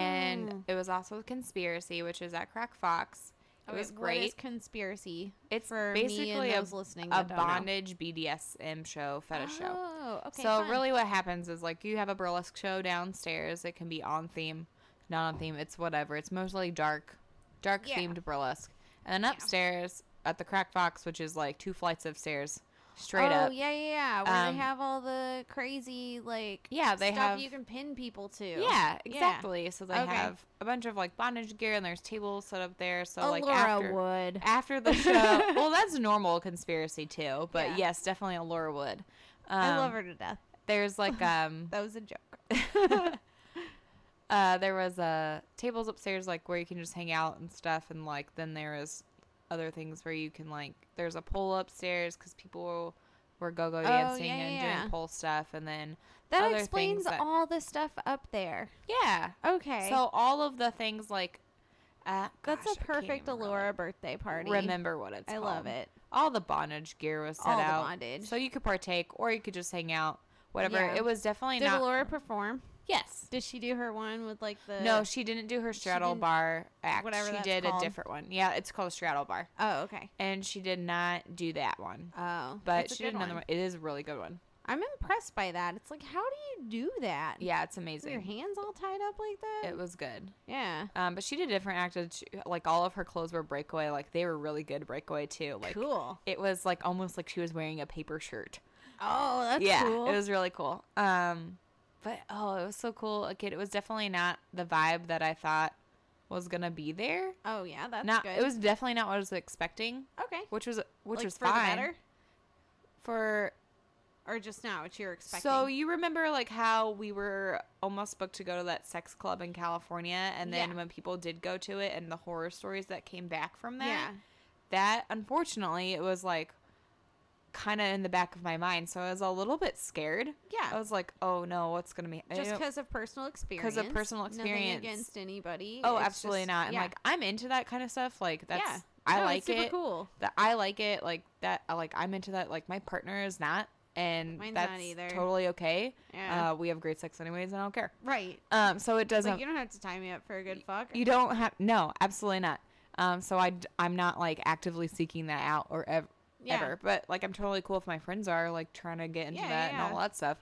and it was also conspiracy, which is at Crack Fox. It Oh, was wait, What is great. conspiracy It's for me basically and a, those listening? a that don't know? bondage BDSM show, fetish show. Oh, okay. so fun. really what happens is like you have a burlesque show downstairs it can be on theme not on theme it's whatever it's mostly dark dark Yeah. themed burlesque and then Yeah. upstairs at the crack box which is like two flights of stairs straight oh, up yeah, yeah, yeah. Where Um, they have all the crazy like yeah they stuff have you can pin people to. yeah exactly so they Okay. have a bunch of like bondage gear and there's tables set up there so Allura like after would. [LAUGHS] after the show well that's normal conspiracy too but Yeah. yes definitely a laura would um, I love her to death. there's [LAUGHS] like um That was a joke. [LAUGHS] uh, there was uh, tables upstairs like where you can just hang out and stuff and like then there is other things where you can like there's a pole upstairs because people were go-go Oh, dancing yeah, and yeah. doing pole stuff and then That Other explains things that- all the stuff up there. yeah Okay. so all of the things like uh, that's gosh, I a can't perfect even really Allura birthday party. remember what it's I love called. it. all the bondage gear was set All the out bondage. so you could partake or you could just hang out whatever Yeah. it was definitely Did not Allura perform? yes Did she do her one with like the no she didn't do her straddle didn't- bar act whatever she that's did called. a different one yeah it's called a straddle bar Oh, okay. and she did not do that one. Oh. But that's a she good did another one. It is a really good one. I'm impressed by that. It's like how do you do that? Yeah, it's Is your amazing. hands all tied up like that? It was good. yeah. Um, but she did different actors. Like all of her clothes were breakaway. Like they were really good breakaway too. Like cool. it was like almost like she was wearing a paper shirt. Oh, that's yeah, cool. it was really cool. Um, but oh, it was so cool. Like it, it was definitely not the vibe that I thought was gonna be there. oh yeah, that's not good. it was definitely not what I was expecting, okay. which was which Like, was for fine the better, for or just not what you're expecting. So you remember like how we were almost booked to go to that sex club in California and then Yeah. when people did go to it and the horror stories that came back from that. yeah, That unfortunately it was like kind of in the back of my mind. So I was a little bit scared. I yeah, was like, "Oh no, what's going to be I just don't- because of personal experience. personal nothing experience. against anybody. Oh, it's absolutely just- not. And yeah. like I'm into that kind of stuff. Like that's Yeah. I No, like it's super it. Cool. That I like it. Like that I like I'm into that like my partner is not and Mine's not that's either. totally okay. Yeah. Uh, we have great sex anyways, and I don't care. Right. Um, so it It's doesn't. like you don't have to tie me up for a good fuck. You don't have no, absolutely not. Um, so I am not like actively seeking that out or ev- Yeah. ever, but like I'm totally cool if my friends are like trying to get into Yeah, yeah, that and all yeah. that stuff.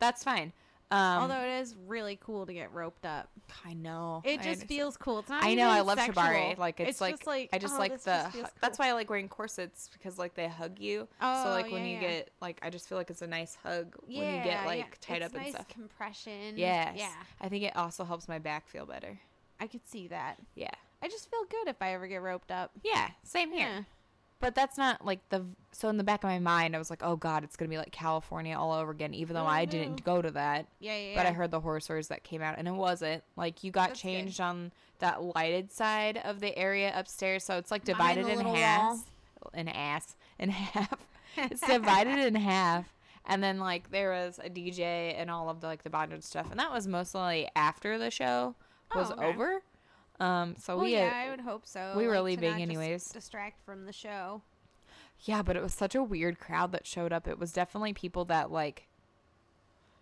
That's fine. Um, Although it is really cool to get roped up. I know It I just understand. feels cool. It's not. I even know I love sexual. shibari. Like it's, like, just like I just oh, like this the. just feels That's cool. why I like wearing corsets because like they hug you. so Oh, like when yeah, you yeah. get like I just feel like it's a nice hug when you get like tied it's up and nice stuff. Compression. yes. Yeah. I think it also helps my back feel better. I could see that. Yeah. I just feel good if I ever get roped up. Yeah. Same here. Yeah. But that's not like the so in the back of my mind I was like, "Oh god, it's going to be like California all over again," even though Oh, I no. didn't go to that. Yeah. Yeah. But I yeah. heard the horror stories that came out and it wasn't. Like you got That's good. changed on that lighted side of the area upstairs, so it's like Behind divided the in little half. An ass [LAUGHS] in half. it's divided in half. And then like there was a DJ and all of the like the bondage stuff. And that was mostly after the show was Oh, okay. over. Um so Well, we yeah, had- I would hope so. we like, were to leaving not just anyways. Distract from the show. Yeah, but it was such a weird crowd that showed up. It was definitely people that like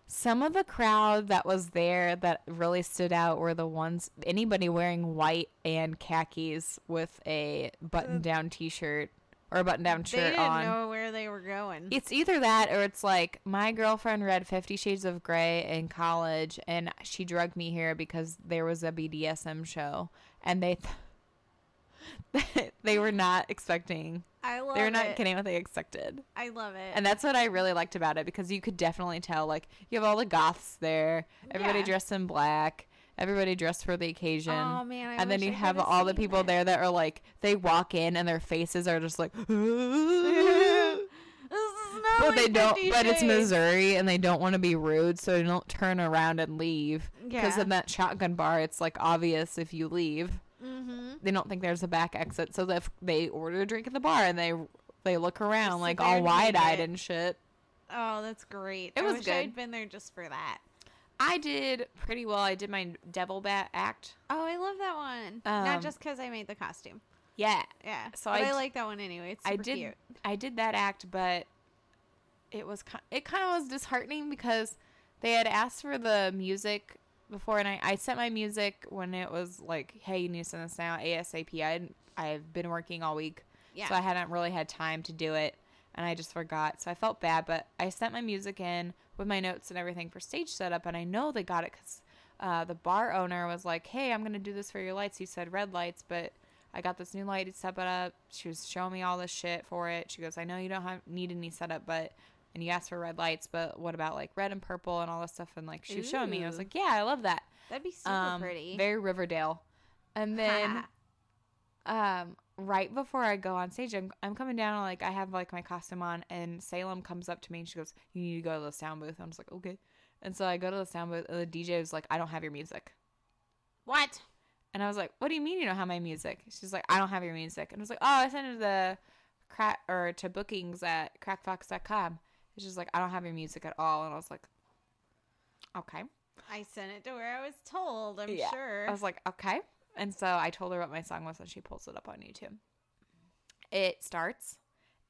some of the crowd that was there that really stood out were the ones anybody wearing white and khakis with a button down t shirt or a button down they shirt didn't on. know where they were going. It's either that or it's like my girlfriend read Fifty Shades of Grey in college and she drugged me here because there was a BDSM show and they th- [LAUGHS] they were not expecting I love they were not it. getting what they expected. I love it. And that's what I really liked about it because you could definitely tell like you have all the goths there, everybody Yeah. dressed in black, everybody dressed for the occasion. Oh, man, I and then wish you I have could've all the seen people it. there that are like they walk in and their faces are [LAUGHS] just like This [LAUGHS] is not But like they don't 50 but it's Shades. Missouri and they don't want to be rude, so they don't turn around and leave. Because Yeah. in that shotgun bar it's like obvious if you leave. Mhm. They don't think there's a back exit, so if they order a drink at the bar and they they look around sit like there all and wait wide eyed it. and shit. Oh, that's great. It I was wish good. I'd been there just for that. I did pretty well. I did my devil bat act. Oh, I love that one. Not Um, just because I made the costume. Yeah, Yeah. so but I I, d- like that one anyway. It's super I did. cute. I did that act, but it was ki- it kind of was disheartening because they had asked for the music before, and I, I sent my music when it was like, hey, you need to send this now ASAP. I hadn't- I've been working all week, Yeah. so I hadn't really had time to do it, and I just forgot. So I felt bad, but I sent my music in with my notes and everything for stage setup, and I know they got it because uh, the bar owner was like, "Hey, I'm gonna do this for your lights." You said red lights, but I got this new light to set it up. She was showing me all this shit for it. She goes, "I know you don't have, need any setup, but." And you asked for red lights, but what about like red and purple and all this stuff? And like she was showing me, I was Ooh. like, yeah, I love that. That'd be super Um, pretty. [LAUGHS] Very Riverdale. And then um right before I go on stage, I'm, I'm coming down like I have like my costume on and Salem comes up to me and she goes, "You need to go to the sound booth." I'm just like, "Okay." And so I go to the sound booth and the DJ was like, "I don't have your music." what? And I was like, "What do you mean you don't have my music?" She's like, "I don't have your music." And I was like, "Oh, I sent it to the crack or to bookings at crackfox.com." And she's like, "I don't have your music at all." And I was like, "Okay." I sent it to where I was told, I'm Yeah. sure. I was like, okay. And so I told her what my song was, and she pulls it up on YouTube. It starts,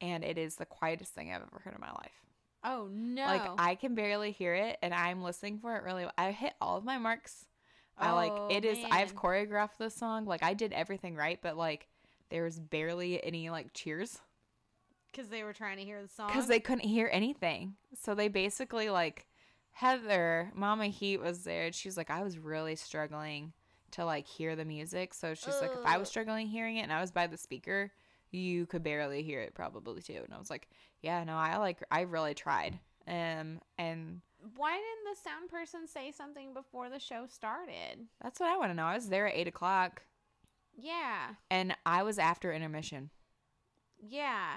and it is the quietest thing I've ever heard in my life. oh, no. Like I can barely hear it, and I'm listening for it really. I hit all of my marks. I like Oh, it is. I've man. choreographed this song. Like I did everything right, but like there was barely any like cheers Because they were trying to hear the song. because they couldn't hear anything. So they basically like Heather, Mama Heat was there, and she's like, I was really struggling to like hear the music. So she's like, if I was Ugh. struggling hearing it and I was by the speaker, you could barely hear it probably too. And I was like, yeah, no, I like I really tried. Um, and Why didn't the sound person say something before the show started? that's what I want to know. I was there at eight o'clock, Yeah. and I was after intermission. Yeah.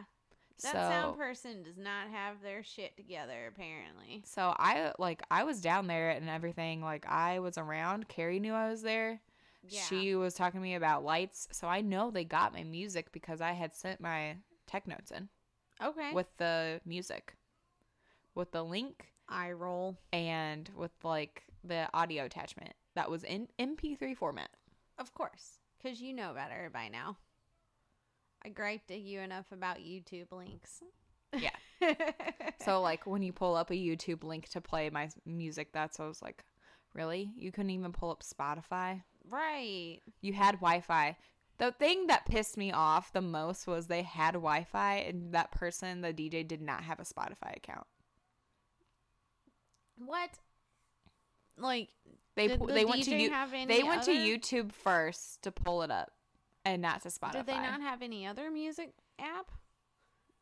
That so sound person does not have their shit together, apparently. So I like I was down there and everything. Like I was around. Carrie knew I was there. Yeah. She was talking to me about lights, so I know they got my music because I had sent my tech notes in okay. with the music, with the link, eye roll. and with like the audio attachment that was in MP3 format. Of course, because you know better by now. I griped at you enough about YouTube links. [LAUGHS] Yeah. So like when you pull up a YouTube link to play my s- music, that's I was like, really? You couldn't even pull up Spotify? right. You had Wi-Fi. The thing that pissed me off the most was they had Wi-Fi and that person, the DJ, did not have a Spotify account. What? Like They Did pu- the they went to DJ you- have they any went to other- YouTube first to pull it up, and not to Spotify. did they not have any other music app?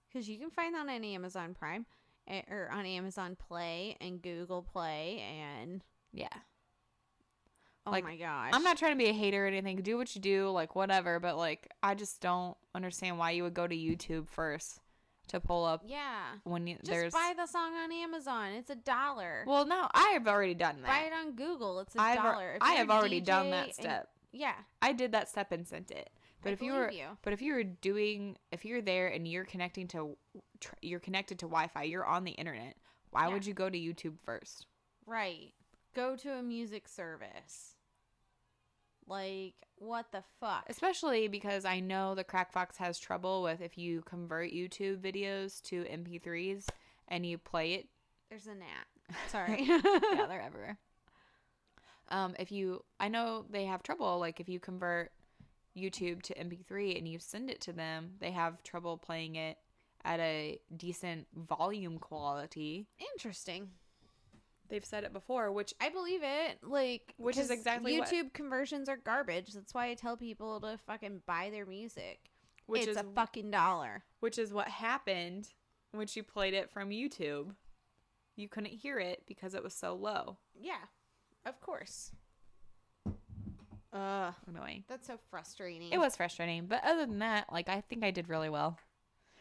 Because you can find that on Amazon Prime eh, or on Amazon Play and Google Play and Yeah, oh Like, my gosh, I'm not trying to be a hater or anything. Do what you do, like whatever. But like, I just don't understand why you would go to YouTube first to pull up Yeah, when you, just there's. buy the song on Amazon. It's a dollar. well, no, I have already done that. buy it on Google. It's a I've al- dollar. If I you're have already DJ done that and- step. yeah, I did that step and sent it. But I if you were, believe you. but if you were doing, if you're there and you're connecting to, tr- you're connected to Wi-Fi, you're on the internet. Why Yeah. would you go to YouTube first? right. Go to a music service. Like what the fuck? Especially because I know the Crack Fox has trouble with if you convert YouTube videos to MP3s and you play [LAUGHS] it. There's a gnat. [LAUGHS] Sorry. yeah, they're everywhere. Um, if you, I know they have trouble. Like if you convert YouTube to MP3 and you send it to them, they have trouble playing it at a decent volume quality. Interesting. They've said it before, which I believe it. Like, Which is 'cause exactly what- YouTube conversions are garbage. That's why I tell people to fucking buy their music. Which it's is a fucking dollar. which is what happened when she played it from YouTube. you couldn't hear it because it was so low. Yeah, of course. Ugh, Annoying. that's so frustrating. It was frustrating, but other than that, like I think I did really well.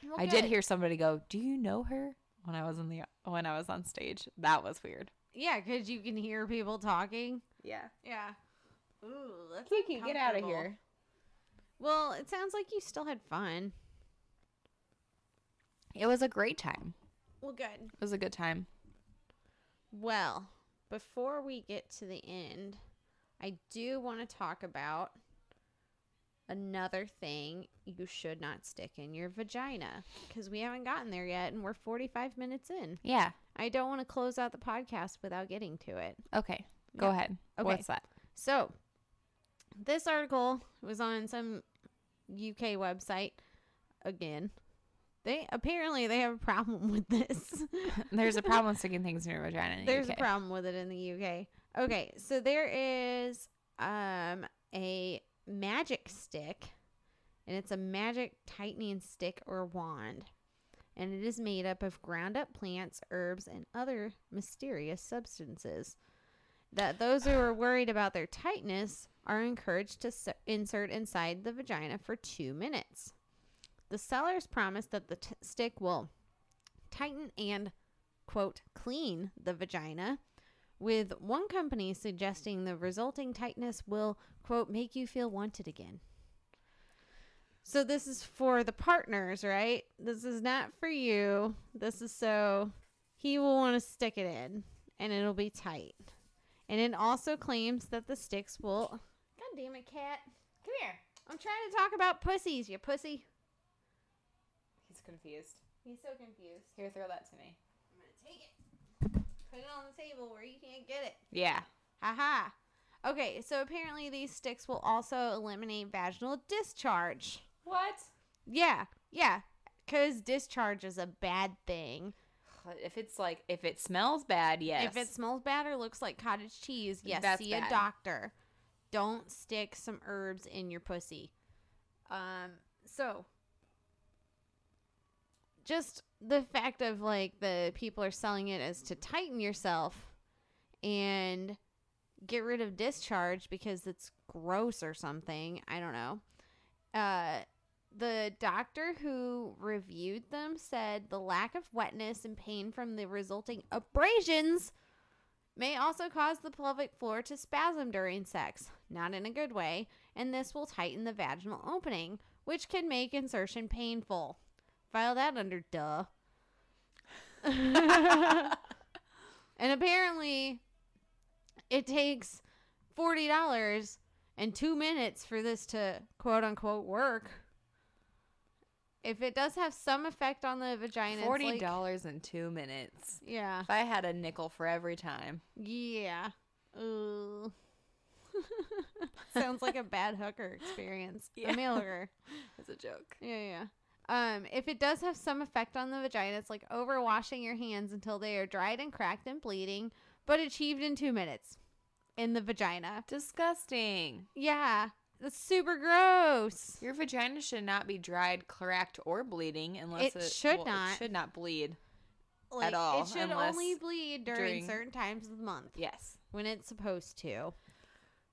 Well, I did good. hear somebody go, "Do you know her?" when I was in the when I was on stage. That was weird. Yeah, because you can hear people talking. Yeah. Yeah. Ooh, that's Kiki, get out of uncomfortable. here. Well, it sounds like you still had fun. It was a great time. Well, good. It was a good time. Well, before we get to the end, I do want to talk about another thing you should not stick in your vagina because we haven't gotten there yet and we're 45 minutes in. Yeah. I don't want to close out the podcast without getting to it. Okay. Go Yeah. ahead. Okay. What's that? So, this article was on some UK website again. They apparently they have a problem [LAUGHS] with this. [LAUGHS] There's a problem sticking things in your vagina. in the There's UK. a problem with it in the UK. Okay, so there is um a magic stick and it's a magic tightening stick or wand. And it is made up of ground up plants, herbs, and other mysterious substances. That those who are worried about their tightness are encouraged to s- insert inside the vagina for two minutes. The sellers promise that the t- stick will tighten and quote, clean the vagina, with one company suggesting the resulting tightness will, quote, make you feel wanted again. So this is for the partners, right? This is not for you. This is so he will want to stick it in and it'll be tight. And it also claims that the sticks will. God damn it, cat. Come here. I'm trying to talk about pussies, you pussy. He's confused. He's so confused. Here, throw that to me. I'm gonna take it. Put it on the table where you can't get it. Yeah. Haha. Okay, so apparently these sticks will also eliminate vaginal discharge. What? Yeah, yeah. Because discharge is a bad thing. [SIGHS] If it's like if it smells bad, yes. If [LAUGHS] [LAUGHS] it smells bad or looks like cottage cheese, yes, That's see a bad. doctor. Don't stick some herbs in your pussy. Um, so just the fact of like the people are selling it as to tighten yourself and get rid of discharge because it's gross or something. I don't know. Uh the doctor who reviewed them said the lack of wetness and pain from the resulting abrasions may also cause the pelvic floor to spasm during sex, not in a good way, and this will tighten the vaginal opening, which can make insertion painful. File that under duh. and apparently, it takes $40 and two minutes for this to quote unquote work. If it does have some effect on the vagina, forty Forty like, dollars in two minutes. Yeah, If I had a nickel for every time, yeah. Ooh. [LAUGHS] Sounds like a bad hooker experience. Yeah. A male hooker. it's a joke. Yeah, yeah. Um, if it does have some effect on the vagina, it's like overwashing your hands until they are dried and cracked and bleeding, but achieved in two minutes in the vagina. Disgusting. Yeah, that's super gross. Your vagina should not be dried, cracked, or bleeding unless It should not. It should not bleed. Like, all, It should unless- only bleed during, during- certain times of the month Yes. when it's supposed to,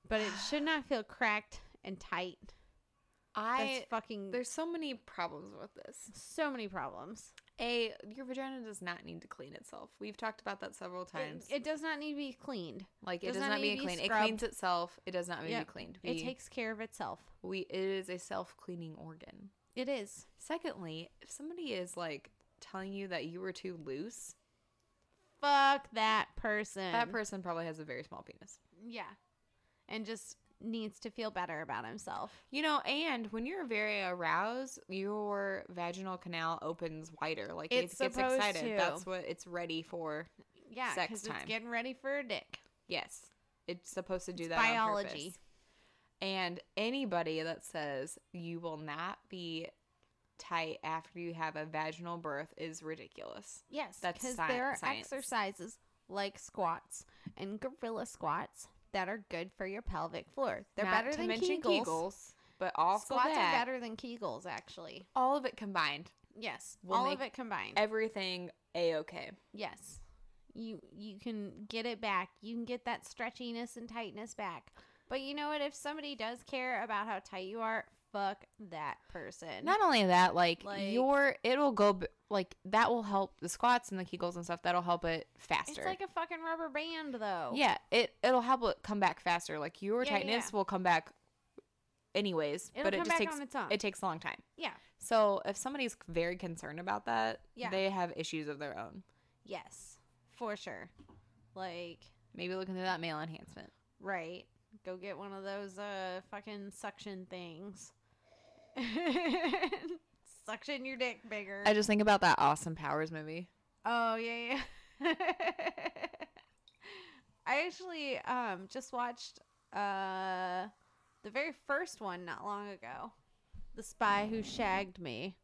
but it should not feel cracked and tight. That's I fucking. There's there's so many problems with this. so many problems. A, your vagina does not need to clean itself. We've talked about that several times. It, it does not need to be cleaned. like it does does not not need to need to be clean. It scrubbed. cleans itself. It does not need to Yep. be cleaned. It We- takes care of itself. we it is a self-cleaning organ. It is. Secondly, if somebody is like telling you that you were too loose, Fuck that person. that person probably has a very small penis. Yeah. And just needs to feel better about himself. You know, and when you're very aroused, your vaginal canal opens wider. Like It's it gets supposed excited. to. That's what it's ready for. Yeah, Sex because it's time. getting ready for a dick. Yes. It's supposed to do that. On biology. purpose. and anybody that says you will not be tight after you have a vaginal birth is ridiculous. Yes, That's because sci- there are science. exercises like squats and gorilla squats that are good for your pelvic floor. They're Not better to than mention Kegels. but also Squats that, are better than Kegels, actually. all of it combined, Yes, Will all of make it combined. everything a okay. yes, you you can get it back. You can get that stretchiness and tightness back. But you know what? If somebody does care about how tight you are, fuck that person. Not only that, like, Like- your it'll go b- like that will help the squats and the Kegels and stuff. That'll help it faster. It's like a fucking rubber band, though. yeah, it it'll help it come back faster. Like your Yeah, tightness yeah. will come back, anyways. It'll but it come just back takes on its own. it takes a long time. Yeah. So if somebody's very concerned about that, Yeah. they have issues of their own. Yes. For sure. Like, Maybe look into that male enhancement. right. Go get one of those uh fucking suction things. [LAUGHS] suction your dick bigger. I just think about that Awesome Powers movie. oh yeah, yeah. [LAUGHS] I actually um just watched uh the very first one not long ago. The spy who shagged me.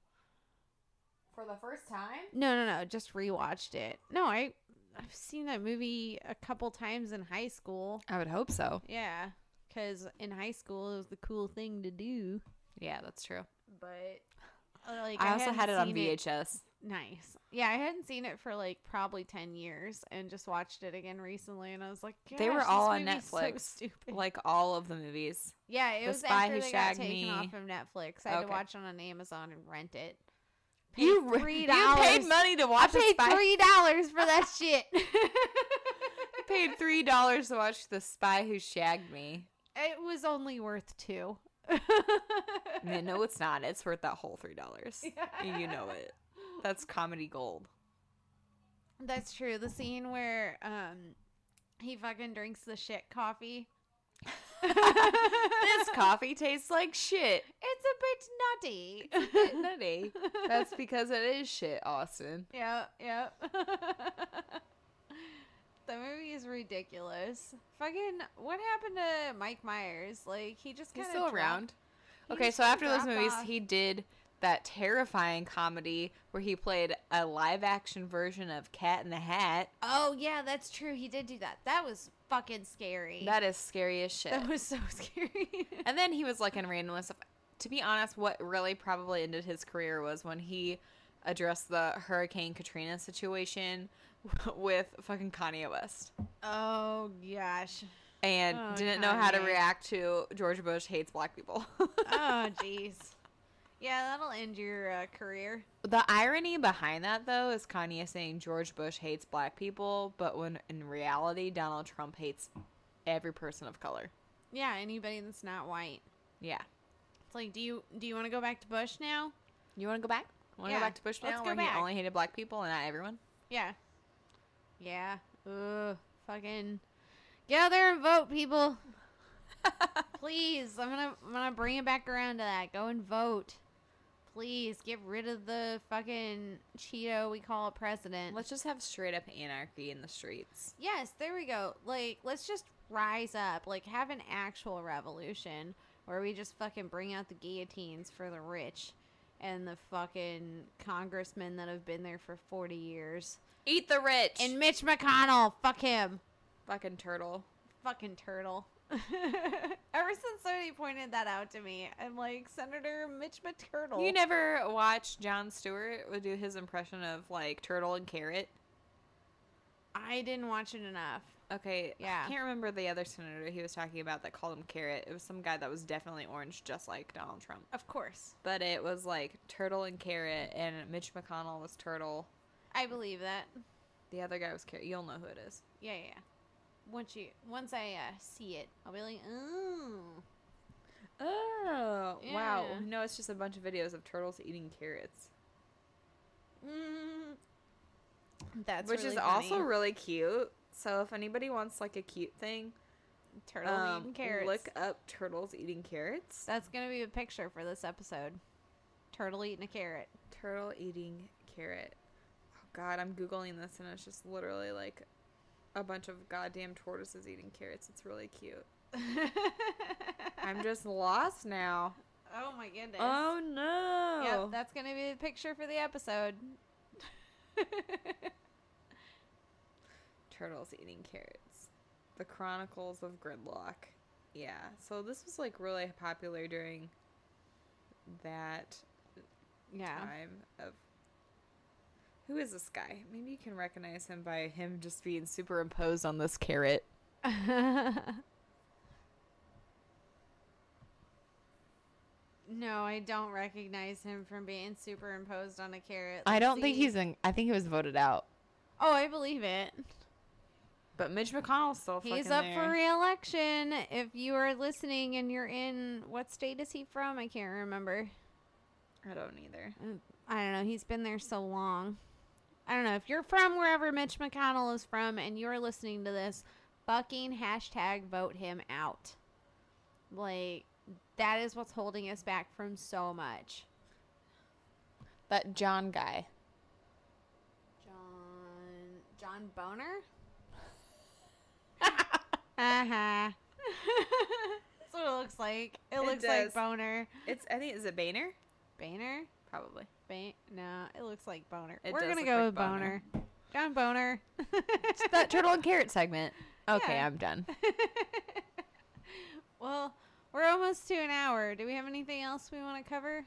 For the first time? No, no, no. Just rewatched it. No, I I've seen that movie a couple times in high school. I would hope so. Yeah, because in high school it was the cool thing to do. Yeah, that's true. But uh, like I also hadn't had it on seen VHS. Nice. Yeah, I hadn't seen it for like probably ten years, and just watched it again recently, and I was like, They were "Gosh, all this on movie's so Netflix, stupid. Like all of the movies. yeah, it The was Spy after Who they got Shagged taken off Me. from Netflix. I had to Okay. watch it on Amazon and rent it. You Paid re- three you paid dollars. money to I watch a paid spy. three dollars for [LAUGHS] that shit. paid three dollars to watch the spy who shagged me. it was only worth two. I [LAUGHS] mean, no, it's not. It's worth that whole three dollars. You know it. That's comedy gold. That's true. The scene where um he fucking drinks the shit [LAUGHS] coffee. This coffee tastes like shit. It's a bit nutty. Nutty. [LAUGHS] That's because it is shit, Austin. yep, yep. the movie is ridiculous. Fucking what happened to Mike Myers? Like he just He's kind of still around. he okay, just so after kinda those dropped movies, off. he did that terrifying comedy where he played a live action version of Cat in the Hat. Oh yeah, that's true. He did do that. That was fucking scary. That is scary as shit. that was so [LAUGHS] [LAUGHS] scry. And then he was like in random stuff. To be honest, what really probably ended his career was when he addressed the Hurricane Katrina situation [LAUGHS] with fucking Kanye West oh gosh. and Oh, didn't know how to Kanye. react to George Bush hates black people. [LAUGHS] Oh jeez. Yeah, that'll end your uh, career. the irony behind that though is Kanye saying George Bush hates black people, but when in reality Donald Trump hates every person of color. Yeah, anybody that's not white. Yeah. It's like, do you do you want to go back to Bush now? You want to go back? Want to Yeah, go back to Bush now, let's go where back. he only hated black people and not everyone? Yeah. Yeah. Ugh. Fucking. Get out there and vote, people. Please, I'm gonna I'm gonna bring it back around to that. Go and vote, please get rid of the fucking Cheeto we call a president. Let's just have straight up anarchy in the streets. Yes, there we go. Like, let's just rise up. Like, have an actual revolution where we just fucking bring out the guillotines for the rich and the fucking congressmen that have been there for 40 years. Eat the rich. And Mitch McConnell, fuck him. fucking turtle. Fucking turtle. [LAUGHS] Ever since somebody pointed that out to me, I'm like, Senator Mitch McTurtle. You never watch John Stewart would do his impression of like turtle and carrot. I didn't watch it enough. Okay, Yeah. I can't remember the other senator he was talking about that called him carrot. It was some guy that was definitely orange, just like Donald Trump. Of course. But it was like turtle and carrot, and Mitch McConnell was turtle. I believe that. The other guy was carrot. You'll know who it is. Yeah, yeah. yeah. Once you once I uh, see it, I'll be like, ooh. Oh wow! Yeah. No, it's just a bunch of videos of turtles eating carrots, Mm. That's which really is also funny. really cute. So if anybody wants like a cute thing, turtle um, eating carrots. look up turtles eating carrots. That's gonna be a picture for this episode. Turtle eating a [LAUGHS] carrot. Turtle eating carrot. Oh god, I'm googling this and it's just literally like a bunch of goddamn tortoises eating carrots. It's really cute. I'm [LAUGHS] just lost now. oh my goodness. Oh no. Yep, that's gonna be the picture for the episode. [LAUGHS] Turtles eating carrots. The Chronicles of Gridlock. Yeah. So this was like really popular during that yeah. time of who is this guy? Maybe you can recognize him by him just being superimposed on this carrot. [LAUGHS] no, I don't recognize him from being superimposed on a carrot. I Let's don't think see. he's in. I think he was voted out. Oh, I believe it. But Mitch McConnell's still He's fucking up there. for re-election. If you are listening and you're in, what state is he from? I can't remember. I don't either. I don't know. He's been there so long. I don't know. If you're from wherever Mitch McConnell is from and you're listening to this, fucking hashtag vote him out. Like, that is what's holding us back from so much. That John guy. John. John [LAUGHS] Boner? uh [LAUGHS] huh. That's what it looks like. It, looks does. like Boner. It's I think is it Boehner? Boner? Probably. Ba- no, it looks like Boner. It We're does going to look go like with boner. John Boner. that turtle and carrot segment. Okay, Yeah. I'm done. [LAUGHS] well, we're almost to an hour. Do we have anything else we want to cover?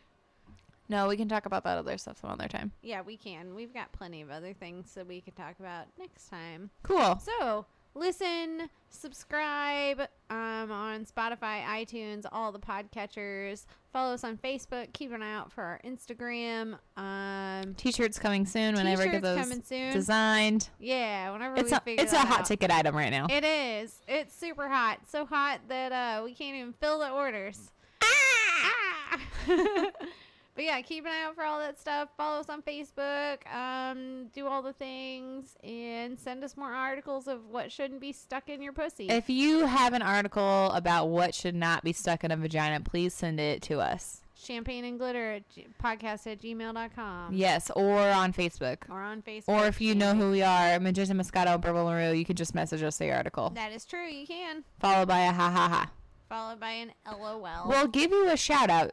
No, we can talk about that other stuff some other time. Yeah, we can. We've got plenty of other things that we could talk about next time. Cool. So listen, subscribe um, on Spotify, iTunes, all the podcatchers. Follow us on Facebook. Keep an eye out for our Instagram. Um, T-shirts coming soon. Whenever I t-shirts get those coming soon. designed, yeah, whenever it's we a figure it's a that hot out. ticket item right [LAUGHS] now. It is. It's super hot. So hot that uh, we can't even fill the orders. Ah! [LAUGHS] but yeah, keep an eye out for all that stuff. Follow us on Facebook. Um, do all the things and send us more articles of what shouldn't be stuck in your pussy. If you have an article about what should not be stuck in a vagina, please send it to us. Champagne and glitter at g- podcast at gmail.com. Yes, or on Facebook. Or on Facebook. Or if you know Champagne- who we are, Magenta Moscato and Purple LaRue, you can just message us the article. That is true. You can. Followed by a ha ha ha. Followed by an LOL. We'll give you a shout out.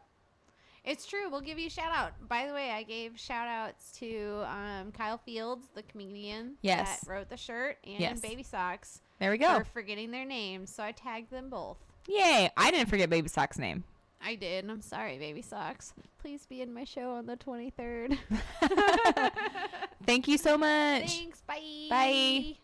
It's true. We'll give you a shout out. By the way, I gave shout outs to um, Kyle Fields, the comedian Yes. that wrote the shirt, and Yes. Baby Socks There we go. for forgetting their names. So I tagged them both. Yay. I didn't forget Baby Sock's name. [LAUGHS] I did. I'm sorry, Baby Socks. Please be in my show on the [LAUGHS] 23rd. Thank you so much. [LAUGHS] Thanks. Bye. Bye.